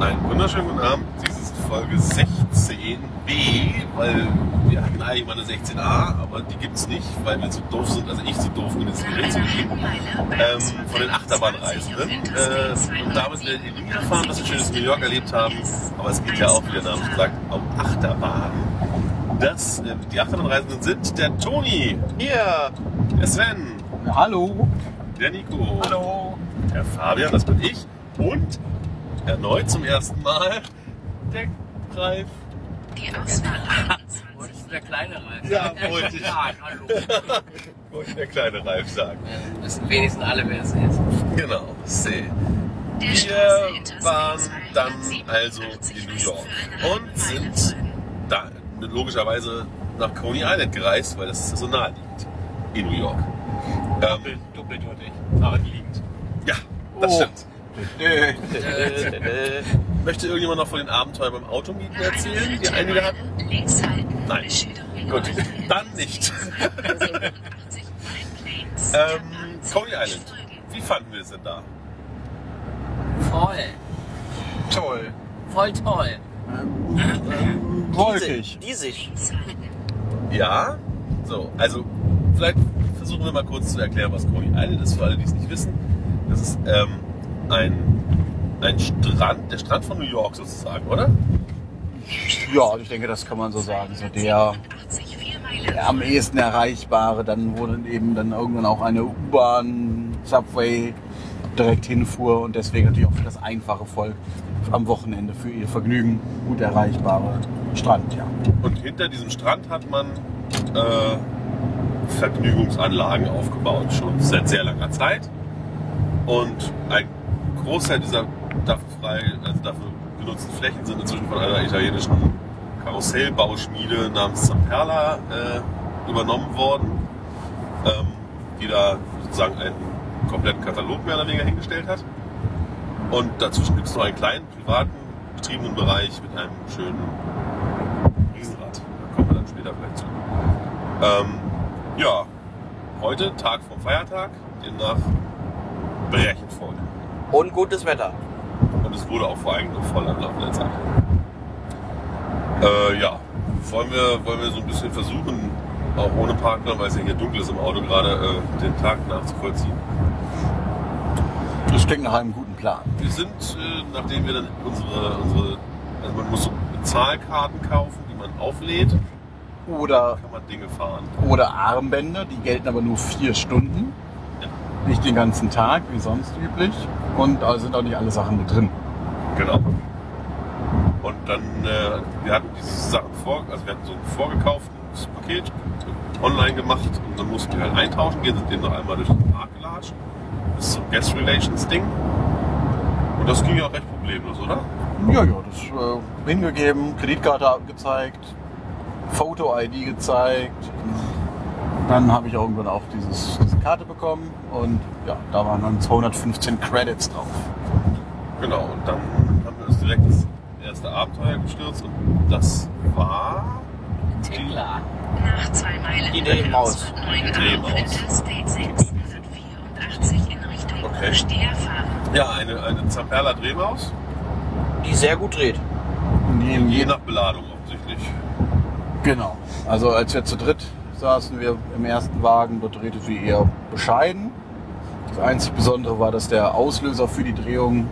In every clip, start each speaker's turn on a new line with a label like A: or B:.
A: Einen wunderschönen guten Abend. Dies ist Folge 16b, weil wir hatten eigentlich mal eine 16a, aber die gibt es nicht, weil wir zu doof sind, also ich zu doof bin, ins Gerät zu gehen. Ähm, von den Achterbahnreisenden. Äh, und damit werdet ihr nie erfahren, was wir schönes New York erlebt haben. Aber es geht ja auch, wie der Name schon sagt, um Achterbahn. Das, äh, die Achterbahnreisenden sind der Toni, hier, der Sven,
B: Hallo.
A: der Nico,
B: Hallo.
A: der Fabian, das bin ich und erneut zum ersten Mal der Greif.
C: Die Auswahl
B: Oh, das ist der kleine Ralf.
A: Ja, wollte ich.
B: Ja, hallo.
A: Wollte der kleine Ralf sagen.
B: Wir wissen wenigstens alle, wer es ist.
A: Genau, see.
C: der Straße
A: Wir
C: hinter
A: waren
C: Sneak
A: dann
C: 287
A: also in New York
C: für eine
A: und
C: Weile
A: sind
C: folgen.
A: da logischerweise nach Coney Island gereist, weil das so nahe liegt in New York. Ähm,
D: Doppeldeutig, aber liegend.
A: ja, das
B: Oh.
A: stimmt.
B: Äh,
A: Möchte irgendjemand noch von den Abenteuern beim Automieten erzählen, die einige hatten?
C: Links halten.
A: Nein.
C: Beschilderung
A: Gut,
C: auf der
A: dann nicht.
C: 87 Pine Also, Plains.
A: Ähm,
C: Kanal
A: Coney
C: 20
A: Island,
C: folgen.
A: wie fanden wir es denn da?
B: Voll.
D: Toll.
B: Voll toll.
E: Wolkig.
F: Diesig.
C: Links halten.
A: Ja, so, also vielleicht versuchen wir mal kurz zu erklären, was Coney Island ist, für alle, die es nicht wissen. Das ist ähm, ein, ein Strand, der Strand von New York sozusagen, oder?
E: Ja, ich denke, das kann man so sagen. So der
C: 87 vier Meilen.
E: am ehesten erreichbare, dann wo dann eben dann irgendwann auch eine U-Bahn, Subway direkt hinfuhr und deswegen natürlich auch für das einfache Volk am Wochenende für ihr Vergnügen gut erreichbare Strand, ja.
A: Und hinter diesem Strand hat man äh, Vergnügungsanlagen aufgebaut, schon seit sehr langer Zeit. Und ein Großteil dieser dafür, frei, also dafür genutzten Flächen sind inzwischen von einer italienischen Karussellbauschmiede namens Zamperla äh, übernommen worden, ähm, die da sozusagen einen kompletten Katalog mehr oder weniger hingestellt hat. Und dazwischen gibt es noch einen kleinen privaten betriebenen Bereich mit einem schönen Riesenrad. Da kommen wir dann später vielleicht zu. Ähm, ja, heute Tag vom Feiertag, demnach brechend voll.
F: Und gutes Wetter.
A: Und es wurde auch vor allem noch voll am Laufe der Zeit. Äh, ja, wollen wir, wollen wir so ein bisschen versuchen, auch ohne Partner, weil es ja hier dunkel ist im Auto gerade, äh, den Tag nachzuvollziehen.
E: Das klingt nach einem guten Plan.
A: Wir sind, äh, nachdem wir dann unsere, unsere, also man muss so Bezahlkarten kaufen, die man auflädt,
E: Oder,
A: kann man Dinge fahren.
E: oder Armbänder, die gelten aber nur vier Stunden.
A: Ja.
E: Nicht den ganzen Tag, wie sonst üblich. Und da sind auch nicht alle Sachen mit drin.
A: Genau. Und dann, äh, wir hatten diese Sachen vor, also wir hatten so ein vorgekauftes Paket online gemacht und dann mussten wir halt eintauschen gehen, sind dem noch einmal durch den Park gelatscht. Das ist so ein Guest Relations Ding. Und das ging ja auch recht problemlos, oder?
E: Ja, ja, das äh, hingegeben, Kreditkarte abgezeigt, Foto-ID gezeigt. Dann habe ich irgendwann auch dieses, diese Karte bekommen und ja, da waren dann 215 Credits drauf.
A: Genau. Und dann haben wir uns direkt das erste Abenteuer gestürzt und das war
B: Tickler.
C: Nach zwei Meilen.
F: Die Drehmaus.
A: Die Drehmaus.
C: Interstate 684 in Richtung
A: Okay.
C: Steher fahren.
A: ja eine, eine Zamperla Drehmaus.
F: Die sehr gut dreht.
E: In
A: Je nach Beladung offensichtlich.
E: Genau. Also als wir zu dritt saßen wir im ersten Wagen, dort drehte sie eher bescheiden. Das einzig Besondere war, dass der Auslöser für die Drehung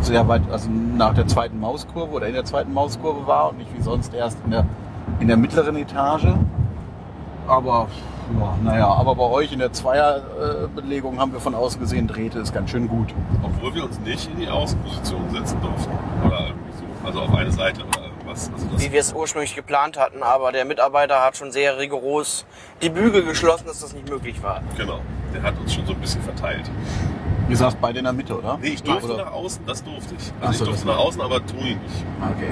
E: sehr weit, also nach der zweiten Mauskurve oder in der zweiten Mauskurve war und nicht wie sonst erst in der, in der mittleren Etage. Aber ja, naja, aber bei euch in der Zweierbelegung haben wir von außen gesehen, drehte es ganz schön gut.
A: Obwohl wir uns nicht in die Außenposition setzen durften. Oder irgendwie so. Also auf eine Seite oder irgendwas. Also das
F: Wie wir es ursprünglich geplant hatten, aber der Mitarbeiter hat schon sehr rigoros die Bügel geschlossen, dass das nicht möglich war.
A: Genau, der hat uns schon so ein bisschen verteilt.
E: Ihr saßt beide in der Mitte, oder?
A: Nee, ich durfte
E: Oder?
A: nach außen, das durfte ich.
E: Ach
A: Also
E: so,
A: ich
E: das
A: durfte nach außen, aber Toni nicht.
E: Okay.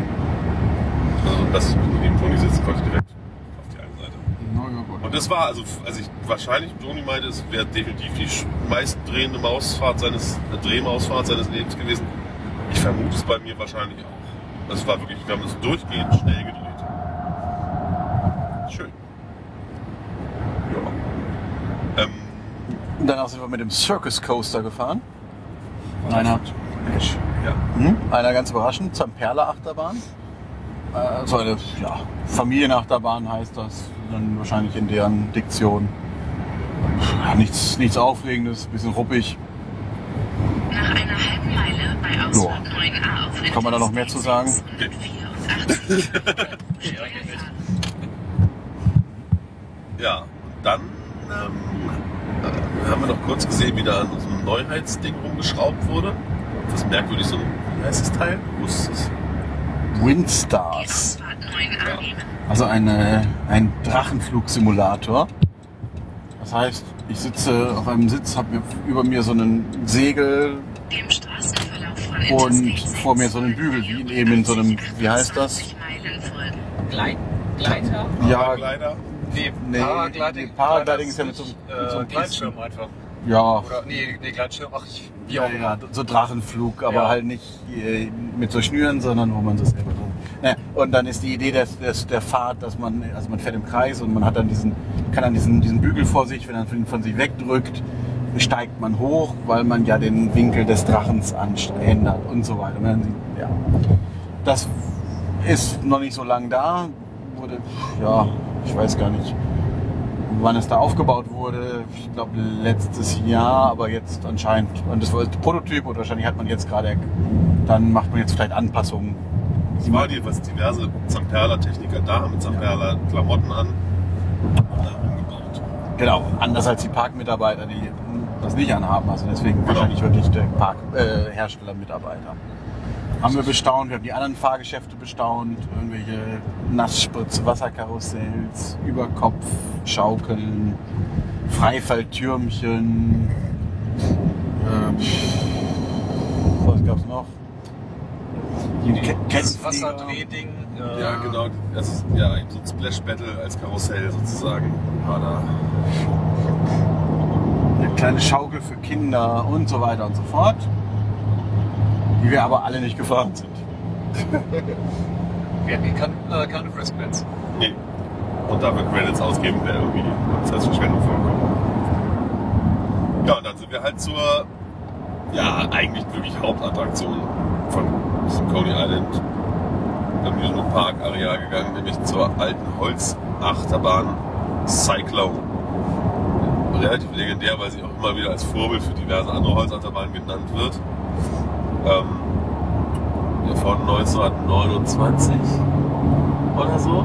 A: Also dass ich neben Toni sitzen konnte direkt auf die eine Seite.
E: Na ja, gut.
A: Und das war, also, also ich, wahrscheinlich, Toni meinte, es wäre definitiv die sch- meist drehende Mausfahrt seines, äh, Drehmausfahrt seines Lebens gewesen. Ich vermute es bei mir wahrscheinlich auch. Das war wirklich, wir haben das durchgehend schnell gedreht. Schön. Ja. Ähm,
E: Und danach sind wir mit dem Circus Coaster gefahren. Einer
A: Mensch. Ja.
E: Hm? Einer ganz überraschend, Zamperla Achterbahn. Äh, so eine ja, Familienachterbahn heißt das, dann wahrscheinlich in deren Diktion. Ja, nichts, nichts Aufregendes, bisschen ruppig.
C: Nach einer halben Meile bei Ausfahrt 9a auf
E: Kann man da noch mehr zu sagen?
C: 684.
A: Ja, und dann ähm, äh, haben wir noch kurz gesehen, wie da an so einem Neuheitsding rumgeschraubt wurde. Das ist merkwürdig, so ein, wie heißt das Teil? Wo ist das?
E: Windstars.
C: Ausfahrt 9a nehmen.
E: Also eine, ein Drachenflugsimulator. Das heißt, ich sitze auf einem Sitz, habe über mir so einen Segel
C: Dem Straßenverlauf von
E: und
C: Interstate
E: vor mir so einen
C: 6
E: Bügel, wie in eben in so einem, wie heißt das?
C: 28 Meilen folgen.
B: Gleit, Gleiter?
E: Ja,
A: Paraglider.
D: Nee,
E: Nee,
D: Paragliding,
E: nee, Paragliding ist ja mit so-
D: nicht,
E: mit so
D: äh,
E: einem
D: Gleitschirm einfach.
E: ja,
D: Oder, nee, nee, Gleitschirm, ach, ich, wie
E: Ja,
D: auch
E: ja,
D: immer.
E: so Drachenflug, aber
D: Ja.
E: halt nicht äh, mit so Schnüren, sondern wo man so selber drum. Naja, und dann ist die Idee des, des, der Fahrt, dass man, also man fährt im Kreis und man hat dann diesen, kann dann diesen, diesen Bügel vor sich, wenn man ihn von sich wegdrückt, steigt man hoch, weil man ja den Winkel des Drachens anst- ändert und so weiter. Und dann, sieht- ja. Das ist noch nicht so lang da, wurde, ja, ich weiß gar nicht wann es da aufgebaut wurde. Ich glaube letztes Jahr, aber jetzt anscheinend. Und das war jetzt Prototyp und wahrscheinlich hat man jetzt gerade. Dann macht man jetzt vielleicht Anpassungen.
A: Es war die, was diverse Zamperla-Techniker da haben mit Zamperla-Klamotten an. Und da rumgebaut.
E: Genau, anders als die Parkmitarbeiter, die das nicht anhaben. Also deswegen wahrscheinlich wirklich der Parkhersteller äh, Herstellermitarbeiter. Haben wir bestaunt, wir haben die anderen Fahrgeschäfte bestaunt, irgendwelche Nassspritze, Wasserkarussells, Überkopf, Schaukeln, Freifalltürmchen. Ähm, was gab's noch? Ke-
D: Das
E: Kettenflieger.
D: Wasserdrehding. Äh,
A: Ja, genau. Das ist ja eben so ein Splash-Battle als Karussell sozusagen. War da.
E: eine kleine Schaukel für Kinder und so weiter und so fort, die wir aber alle nicht gefahren sind.
D: Wir hatten keine, äh, keine Wristbands.
A: Nee. Und dafür Credits ausgeben wäre irgendwie als Verschwendung vorkommen. Ja, und dann sind wir halt zur, ja, eigentlich wirklich Hauptattraktion von diesem Coney Island Amusement Park Areal gegangen, nämlich zur alten Holzachterbahn Cyclone. Relativ legendär, weil sie auch immer wieder als Vorbild für diverse andere Holzachterbahnen genannt wird. Ähm, von 1929 oder so.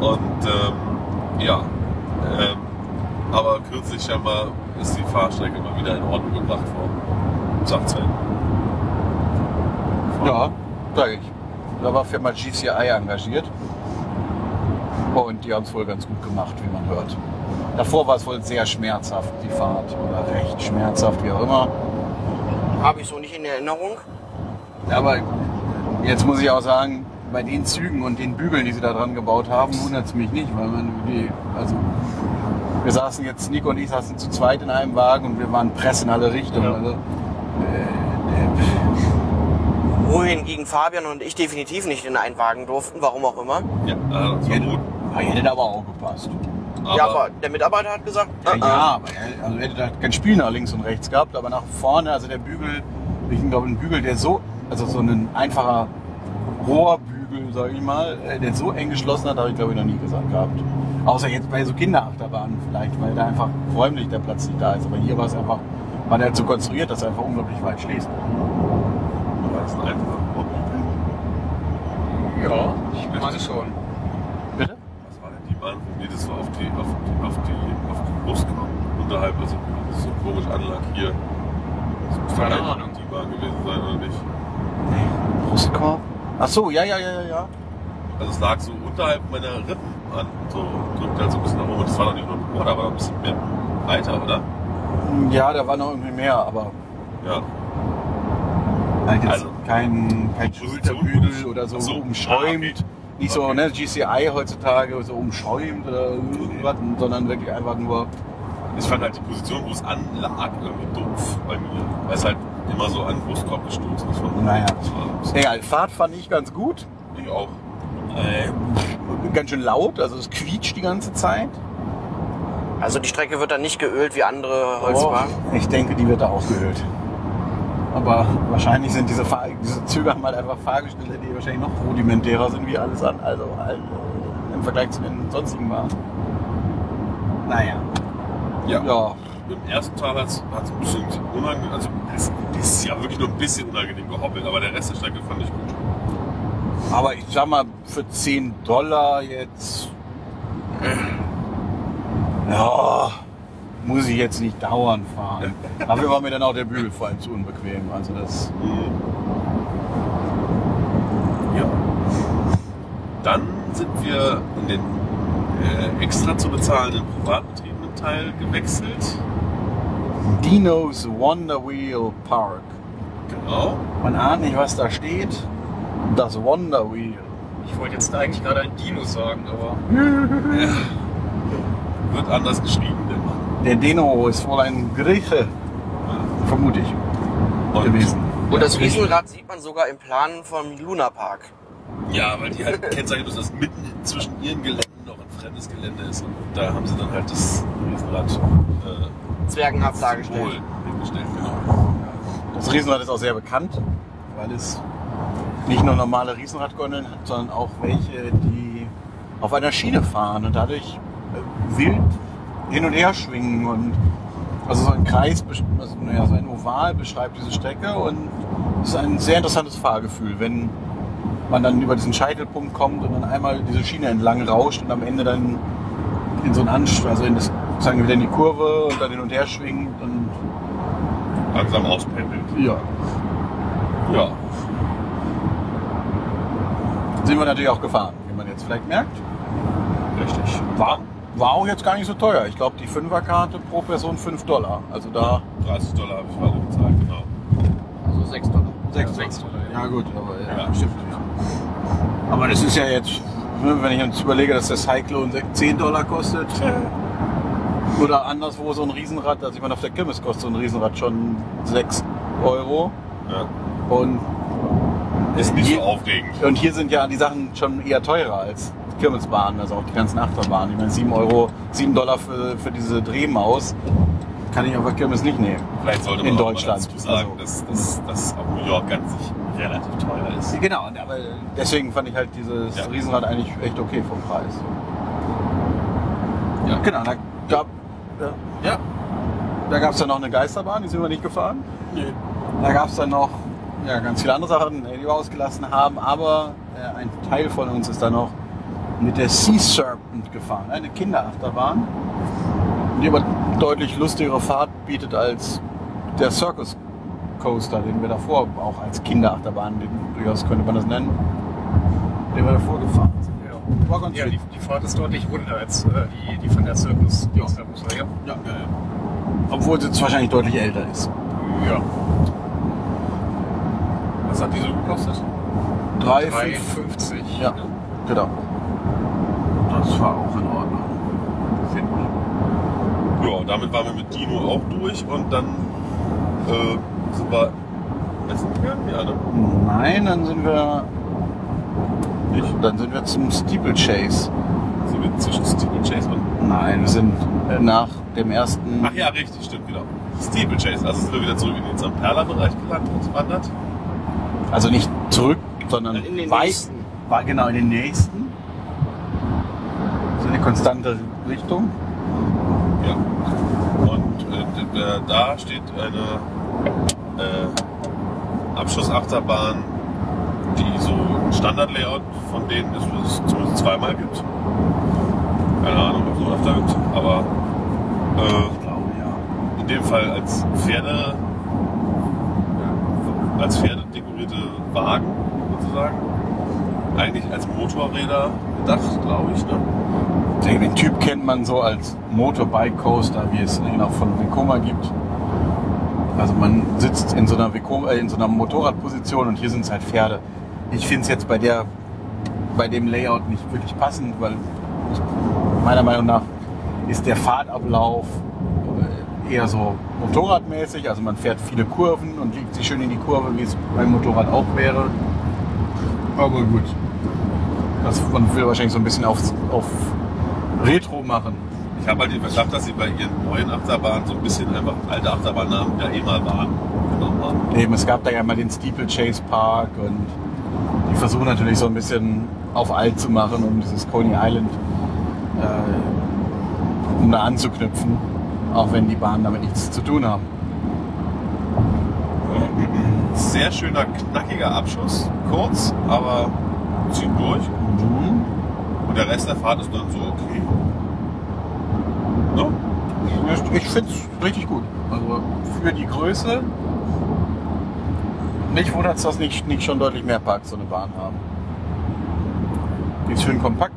A: Und ähm, ja, ähm, aber kürzlich scheinbar ist die Fahrstrecke mal wieder in Ordnung gebracht worden. Sagt Sven.
E: Ja, sage ich. Da war Firma GCI engagiert und die haben es wohl ganz gut gemacht, wie man hört. Davor war es wohl sehr schmerzhaft, die Fahrt, oder recht schmerzhaft, wie auch immer.
F: Habe ich so nicht in Erinnerung.
E: Aber jetzt muss ich auch sagen, bei den Zügen und den Bügeln, die sie da dran gebaut haben, wundert es mich nicht, weil man die, also wir saßen jetzt, Nico und ich saßen zu zweit in einem Wagen und wir waren Press in alle Richtungen.
D: Ja.
E: Also,
F: Wohingegen Fabian und ich definitiv nicht in einen Wagen durften, warum auch immer.
A: Ja, äh, das war
E: hätte,
A: gut.
E: aber hätte aber auch gepasst.
A: Aber,
F: ja, aber der Mitarbeiter hat gesagt,
E: Ja,
F: äh, äh,
E: ja aber er- also hätte da kein Spiel nach links und rechts gehabt, aber nach vorne, also der Bügel, ich glaube, ein Bügel, der so, also so ein einfacher Rohrbügel, sage ich mal, äh, der so eng geschlossen hat, habe ich glaube ich noch nie gesagt gehabt. Außer jetzt bei so Kinderachterbahnen vielleicht, weil da einfach räumlich der Platz nicht da ist. Aber hier war es einfach, war der so konstruiert, dass er einfach unglaublich weit schließt.
A: das ist einfach
D: Ja, ich meine schon.
E: Bitte?
A: Was war denn die Bahn? Nee, das war auf die, auf die, auf die, auf die Brust unterhalb, also so komisch anlag hier. Das muss
D: Keine
A: vielleicht
D: Ahnung.
A: die Bahn gewesen sein oder nicht.
E: Brustkorb? Ach so, ja, ja, ja, ja, ja.
A: Also es lag so unterhalb meiner Rippen an, so drückte halt so ein bisschen nach oben. Und Das war doch nicht nur ein Ohr, da war noch ein bisschen mehr weiter, oder?
E: Ja, da war noch irgendwie mehr, aber
A: Ja.
E: Halt jetzt
A: Also,
E: kein, kein
A: Position
E: Schulterbügel
A: wurde-
E: oder so,
A: so,
E: umschäumt.
A: ah, okay.
E: Nicht so,
A: Okay.
E: ne, GCI heutzutage so umschäumt oder irgendwas, sondern wirklich einfach nur.
A: Ich fand halt die Position, wo es anlag, irgendwie doof bei mir. Weil es halt immer so an den Brustkorb gestoßen ist. von-
E: Naja.
A: Das war ein bisschen-
E: Egal, Fahrt fand ich ganz gut.
A: Ich auch.
E: Ganz schön laut, also es quietscht die ganze Zeit.
F: äh,
E: Oh.
F: also die Strecke wird dann nicht geölt wie andere Holzbahnen.
E: ich denke, die wird da auch gehört. Aber wahrscheinlich sind diese, Fahr diese Züge haben halt einfach Fahrgestelle, die wahrscheinlich noch rudimentärer sind wie alles an, also halt, äh, im Vergleich zu den sonstigen Wagen. Naja.
A: Ja.
E: Ja,
A: Im ersten Teil hat es ein bisschen unangenehm, also es ist ja wirklich nur ein bisschen unangenehm gehoppelt, aber der Rest der Strecke fand ich gut.
E: aber ich sag mal, für 10 Dollar jetzt. äh, Ja, muss ich jetzt nicht dauernd fahren. Dafür war mir dann auch der Bügel vor allem zu unbequem. Also das.
A: Hm. Ja. Dann sind wir in den äh, extra zu bezahlenden privatbetriebenen Teil gewechselt.
E: Dinos Wonder Wheel Park.
A: Genau.
E: Man ahnt nicht, was da steht. Das Wonder Wheel.
D: Ich wollte jetzt eigentlich gerade ein Dino sagen, aber
A: Wird anders geschrieben, der Mann.
E: Der Dino ist wohl ein Grieche. Vermute ich.
A: Und-
E: Gewesen.
F: Und das Riesenrad sieht man sogar im Plan vom Lunapark.
A: Ja, weil die halt kennzeichnen müssen, dass mitten zwischen ihren Geländen noch ein fremdes Gelände ist. Und da haben sie dann halt das Riesenrad äh,
F: Zwergenhaft dargestellt.
A: Symbol hingestellt. Genau.
E: Das Riesenrad ist auch sehr bekannt, weil es nicht nur normale Riesenradgondeln hat, sondern auch welche, die auf einer Schiene fahren und dadurch äh, wild hin und her schwingen und also so ein Kreis, besch- also, naja, so ein Oval beschreibt diese Strecke und es ist ein sehr interessantes Fahrgefühl, wenn man dann über diesen Scheitelpunkt kommt und dann einmal diese Schiene entlang rauscht und am Ende dann in so einen Anschluss, also in das, sagen wir wieder in die Kurve und dann hin und her schwingt und
A: Langsam auspendelt.
E: ja,
A: Ja.
E: sind wir natürlich auch gefahren, wie man jetzt vielleicht merkt.
A: Richtig.
E: War, war auch jetzt gar nicht so teuer. Ich glaube, die Fünferkarte pro Person 5 Dollar. Also da
A: 30 Dollar habe ich gerade bezahlt, genau.
F: Also 6 Dollar.
E: sechs
D: sechs Dollar, ja.
E: gut, aber
A: Ja.
E: stimmt. Ja. Aber das ist ja jetzt, ne, wenn ich uns überlege, dass der Cyclone sech- 10 Dollar kostet. Oder anderswo so ein Riesenrad, also ich meine, auf der Kirmes kostet so ein Riesenrad schon 6 Euro.
A: Ja.
E: Und,
A: Ist nicht
E: Je-
A: so aufregend.
E: und hier sind ja die Sachen schon eher teurer als die Kirmesbahnen, also auch die ganzen Achterbahnen. Ich meine, 7 Euro, 7 Dollar für, für diese Drehmaus kann ich auf der Kirmes nicht nehmen.
A: Vielleicht sollte man
E: In
A: auch
E: Deutschland.
A: Mal dazu sagen,
E: Also-
A: dass, dass, dass auch New York ganz sich relativ teuer ist.
E: Genau, aber deswegen fand ich halt dieses
A: Ja.
E: Riesenrad eigentlich echt okay vom Preis.
A: Ja.
E: Genau, da gab ja. Da gab es dann noch eine Geisterbahn, die sind wir nicht gefahren.
A: Nee.
E: Da gab es dann noch ja, ganz viele andere Sachen, äh, die wir ausgelassen haben, aber äh, ein Teil von uns ist dann noch mit der Sea Serpent gefahren, eine Kinderachterbahn, die aber deutlich lustigere Fahrt bietet als der Circus Coaster, den wir davor auch als Kinderachterbahn, den, durchaus könnte man das nennen, den wir davor gefahren sind.
D: ja.
E: War ganz
D: Ja, die,
E: witzig.
D: die Fahrt ist deutlich runder als äh, die, die von der Circus.
E: Ja.
D: Ja.
E: Ja, ja, ja. Obwohl sie jetzt wahrscheinlich deutlich älter ist.
D: ja.
A: Was hat die so gekostet?
E: 3, 5,
D: 3,50.
E: ja, genau. Das war auch in Ordnung.
A: Ja, damit waren wir mit Dino auch durch und dann äh, sind wir essen gegangen, ja, ne?
E: Nein, dann sind wir.
A: Nicht?
E: Dann sind wir zum Steeplechase.
A: Sind wir zwischen Steve und Chase und.
E: Nein, wir sind äh, nach dem ersten.
A: Ach ja, richtig, stimmt, genau. Steve Chase, also sind wir wieder zurück in den Zamperla-Bereich gelandet, wandert.
E: Also nicht zurück, sondern
F: In den
E: weit.
F: nächsten.
E: War genau in den nächsten. So eine konstante Richtung.
A: Ja. Und äh, da- da steht eine äh, Abschussachterbahn, die so ein Standard-Layout von denen ist, was es zumindest zweimal gibt. Keine Ahnung, ob es so öfter gibt, aber äh,
E: Ich glaube ja.
A: in dem Fall als Pferde, als Pferde dekorierte Wagen sozusagen. Eigentlich als Motorräder gedacht, glaube ich. Ne?
E: Den den Typ kennt man so als Motorbike Coaster, wie es ihn auch von Vekoma gibt. Also man sitzt in so einer, Vekoma, äh, in so einer Motorradposition und hier sind es halt Pferde. Ich finde es jetzt bei der, bei dem Layout nicht wirklich passend, weil ich, meiner Meinung nach ist der Fahrtablauf äh, eher so motorradmäßig. Also man fährt viele Kurven und legt sie schön in die Kurve, wie es beim Motorrad auch wäre. Aber gut. Das, man will wahrscheinlich so ein bisschen auf, auf Retro machen.
A: Ich habe halt den Verdacht, dass sie bei ihren neuen Achterbahnen so ein bisschen einfach alte Achterbahnnamen, die da eh mal waren, genommen haben.
E: Eben, es gab da ja mal den Steeplechase Park und die versuchen natürlich so ein bisschen auf alt zu machen, um dieses Coney Island äh, um da anzuknüpfen, auch wenn die Bahnen damit nichts zu tun haben.
A: Sehr schöner, knackiger Abschuss. Kurz, aber zieht durch. Und der Rest der Fahrt ist dann so okay. Ne?
E: Ich finde es richtig gut. Also für die Größe. Mich wundert es, dass nicht, nicht schon deutlich mehr Parks so eine Bahn haben. Die ist schön kompakt,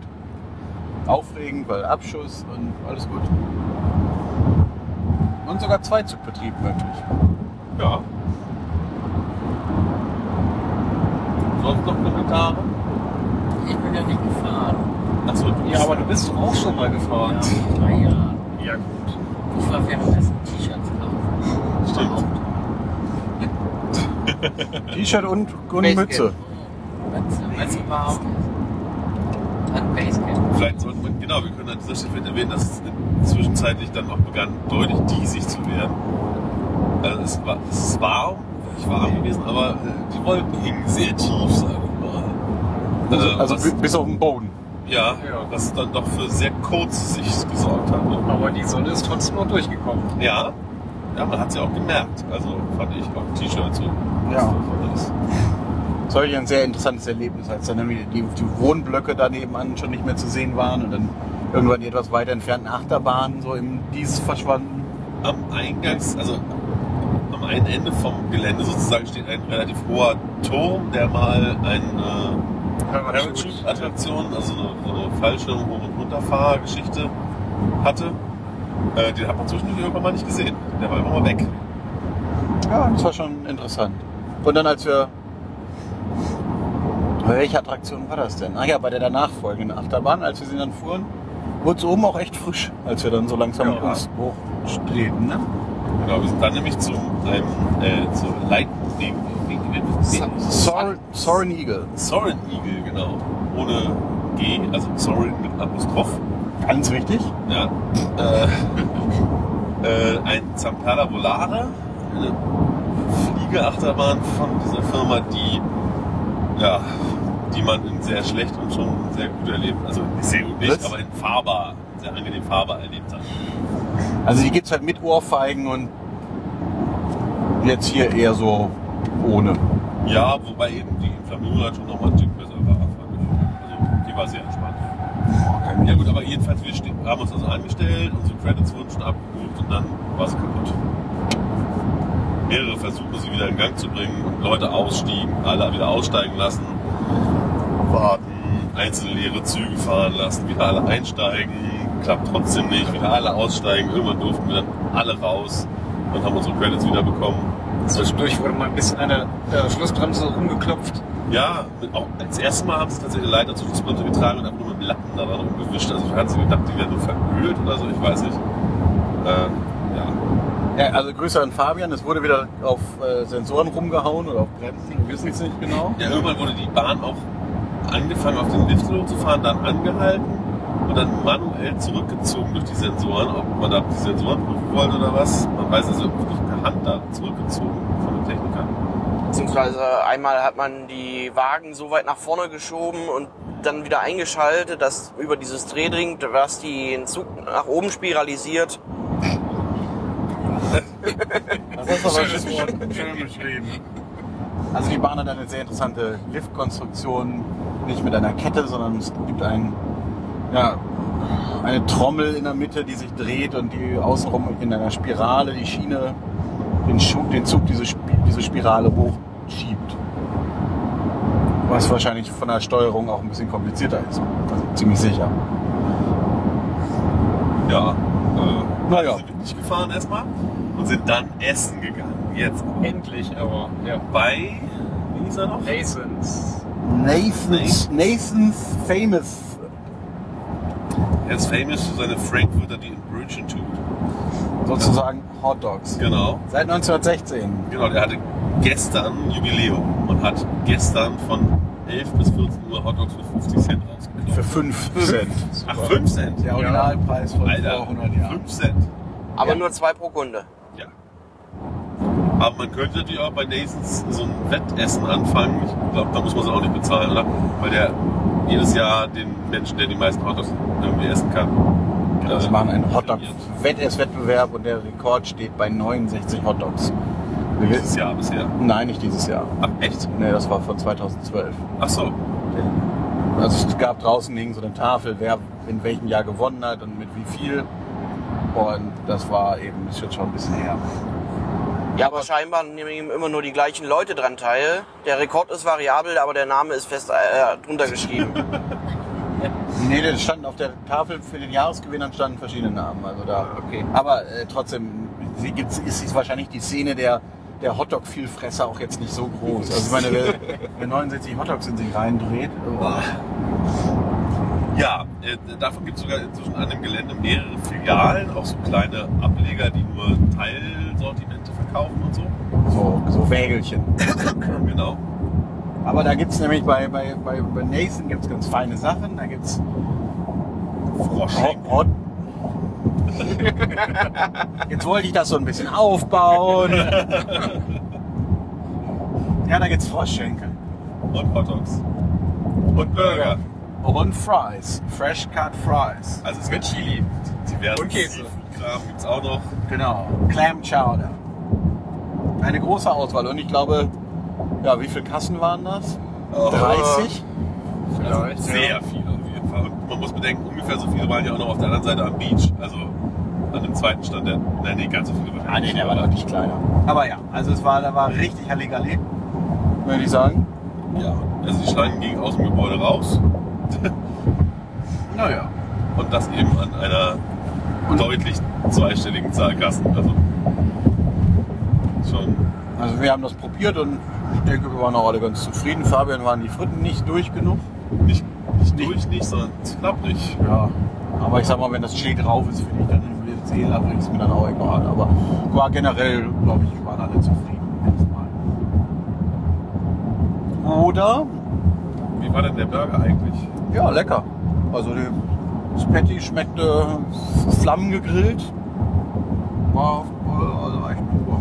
E: aufregend, weil Abschuss und alles gut. Und sogar Zweizugbetrieb möglich.
A: Ja. Sonst noch Kommentare?
B: Ich bin ja nicht gefahren.
A: Achso, du bist
D: Ja, aber du bist doch auch schon mal
B: Ja,
D: gefahren.
B: vor drei Jahren.
D: Ja, gut.
B: Ich war währenddessen T-Shirts kaufen.
A: stimmt.
E: T-Shirt und, und
F: Basecamp.
E: Mütze.
B: Mütze, Mütze war auch. An Basecamp.
A: Vielleicht sollten wir, genau, wir können an dieser Stelle vielleicht erwähnen, dass es zwischenzeitlich dann auch begann, deutlich diesig zu werden. Also es war, es ist warm, ich war arm gewesen, aber äh, die Wolken hingen sehr tief, sagen wir mal.
E: Also,
A: Äh,
E: also
A: was,
E: bi- bis auf den Boden.
A: ja,
D: Ja.
A: was dann doch für sehr kurze Sicht gesorgt hat. ne?
D: Aber die Sonne ist trotzdem noch durchgekommen.
A: Ja, ja man hat sie auch gemerkt. Also fand ich auf T-Shirts so.
E: Ja.
A: Das,
E: Das war wirklich ein sehr interessantes Erlebnis, als dann irgendwie die, die Wohnblöcke daneben an schon nicht mehr zu sehen waren und dann irgendwann die etwas weiter entfernten Achterbahnen so im Dies verschwanden.
A: am Eingangs, also am einen Ende vom Gelände sozusagen steht ein relativ hoher Turm, der mal eine Parachute-Attraktion, also eine, so eine Fallschirm hoch und runterfahrgeschichte hatte. Äh, den hat man zwischendurch irgendwann mal nicht gesehen. Der war immer mal weg.
E: Ja, das war schon interessant. Und dann als wir... Bei welcher Attraktion war das denn? Ah ja, bei der danach folgenden Achterbahn, als wir sie dann fuhren, wurde es oben auch echt frisch, als wir dann so langsam
D: Ja.
E: uns hochstreben. Ne?
A: Genau, wir sind dann nämlich zum einem, äh, zur Leit- nee, wie- wie- wie- wie-
E: Soren Soren Eagle.
A: Soren Eagle, genau. Ohne G, also Soren mit Apostroph.
E: Ganz wichtig.
A: Ja. Äh, äh, ein Zamperla Volare, eine Fliegeachterbahn von dieser Firma, die, ja, die man in sehr schlecht und schon sehr gut erlebt, also sehr gut nicht,
E: Was?
A: aber in fahrbar, sehr angenehm fahrbar erlebt hat.
E: Also die gibt's halt mit Ohrfeigen und jetzt hier eher so ohne.
A: Ja, wobei eben die Inflammierung halt schon nochmal ein Tick besser war, fand ich. Also, die war sehr entspannt. Ja gut, aber jedenfalls, wir ste- haben uns also angestellt, unsere Credits wurden schon abgebucht und dann war es kaputt. Mehrere Versuche, sie wieder in Gang zu bringen, Leute ausstiegen, alle wieder aussteigen lassen, warten, einzelne leere Züge fahren lassen, wieder alle einsteigen, klappt trotzdem nicht, wieder alle aussteigen, irgendwann durften wir dann alle raus und haben unsere Credits wieder bekommen.
D: Zwischendurch wurde mal ein bisschen an der äh, Schlussbremse rumgeklopft.
A: Ja, mit- auch als erstes Mal haben sie tatsächlich leider zur Schutzbremse getragen und einfach nur mit dem Lappen da dran rumgewischt. Also hat sie gedacht, die werden nur verölt oder so, ich weiß nicht. Äh, ja.
E: Ja, also Grüße an Fabian, es wurde wieder auf äh, Sensoren rumgehauen oder auf Bremsen, wir wissen es nicht genau.
A: ja, irgendwann wurde die Bahn auch angefangen, auf den Lift hochzufahren, dann angehalten und dann manuell zurückgezogen durch die Sensoren, ob man da die Sensoren prüfen wollte oder was. Man weiß also wirklich per Hand da zurückgezogen von den Technikern.
F: Beziehungsweise einmal hat man die Wagen so weit nach vorne geschoben und dann wieder eingeschaltet, dass über dieses Drehdring, was den Zug nach oben spiralisiert.
E: Das ist aber schön, schön beschrieben. Also die Bahn hat eine sehr interessante Liftkonstruktion, nicht mit einer Kette, sondern es gibt ein, ja, eine Trommel in der Mitte, die sich dreht und die außenrum in einer Spirale die Schiene, den, Schub, den Zug, diese, Spi- diese Spirale hochschiebt. Was wahrscheinlich von der Steuerung auch ein bisschen komplizierter ist. Also ziemlich sicher.
A: Ja. Äh,
E: Naja.
A: also sind wir nicht gefahren erstmal und sind dann essen gegangen. Jetzt
D: Endlich, aber ja.
A: bei, wie hieß er noch?
D: Masons.
E: Nathan's, Nathan's Famous
A: Er ist famous für seine Frankfurter, die in Brötchen tut.
E: sozusagen Hot Dogs.
A: Genau.
E: Seit 1916.
A: Genau, der hatte gestern Jubiläum und hat gestern von 11 bis 14 Uhr Hotdogs für 50 Cent
E: Für
A: rausgenommen.
E: 5 Cent.
A: Ach, 5 Cent?
E: Der Originalpreis von
A: Alter,
E: vor 100 Jahren.
A: 5 Cent.
F: Aber
E: Ja.
F: nur zwei pro Kunde.
A: Ja. Aber man könnte natürlich auch bei Nathan's so ein Wettessen anfangen. Ich glaube, da muss man es auch nicht bezahlen, oder? Weil der jedes Jahr den Menschen, der die meisten Hotdogs irgendwie essen kann.
E: Genau,
A: äh,
E: sie machen einen
A: prämiert.
E: Hotdog-Wettbewerb und der Rekord steht bei 69 Hotdogs.
A: Dieses Jahr bisher.
E: Nein, nicht dieses Jahr.
A: Ach, echt?
E: Nee, das war von 2012.
A: Ach so.
E: Also es gab draußen hing so eine Tafel, wer in welchem Jahr gewonnen hat und mit wie viel. Und das war eben, ist jetzt schon ein bisschen her.
F: Ja, aber scheinbar nehmen immer nur die gleichen Leute dran teil. Der Rekord ist variabel, aber der Name ist fest äh, drunter geschrieben.
E: Nee, da standen auf der Tafel für den Jahresgewinner standen verschiedene Namen. Also da.
B: Okay.
E: Aber äh, trotzdem sie gibt's, ist ist wahrscheinlich die Szene der, der Hotdog-Vielfresser auch jetzt nicht so groß. Also ich meine, wer, wer 69 Hotdogs in sich reindreht, oh. boah.
A: Ja, äh, davon gibt es sogar inzwischen an dem Gelände mehrere Filialen, auch so kleine Ableger, die nur Teilsortimente verkaufen und so.
E: so, so Wägelchen.
A: Genau.
E: Aber da gibt es nämlich bei, bei, bei, bei Nathan gibt's ganz feine Sachen. Da gibt es
A: Froschschenkel.
E: Hot. Jetzt wollte ich das so ein bisschen aufbauen. Ja, da gibt's Froschschenkel.
A: und Hotdogs. Und Burger.
E: Und Fries. Fresh Cut Fries.
A: Also es gibt Chili. Diversen
D: Und Käse.
A: Seafood-Kram gibt es auch noch.
E: Genau. Clam Chowder. Eine große Auswahl. Und ich glaube, ja, wie viele Kassen waren das?
A: Oh.
E: 30?
D: Vielleicht.
A: Sehr viel auf jeden Fall. Und man muss bedenken, ungefähr so viele waren ja auch noch auf der anderen Seite am Beach. Also an dem zweiten Stand der. Nein, nee, ganz so viele wahrscheinlich.
E: Ah, nee, der war deutlich kleiner. Aber ja, also es war, da war richtig Halligalli. Würde ich sagen.
A: Ja. Also die Schlangen gingen aus dem Gebäude raus
E: Naja.
A: und das eben an einer deutlich zweistelligen Zahl Gassen. Also schon.
E: Also wir haben das probiert und ich denke, wir waren auch alle ganz zufrieden. Fabian waren die Fritten nicht durch genug.
A: Nicht, nicht durch nicht, sondern knapprig.
E: Ja. Aber ich sag mal, wenn das Chili drauf ist, finde ich dann wird es eh labrig, ist mir dann auch egal. Aber war generell, glaube ich, waren alle zufrieden erstmal. Oder?
A: Wie war denn der Burger eigentlich?
E: Ja, lecker. Also die, das Patty schmeckte Flammen gegrillt. War, war also war echt super.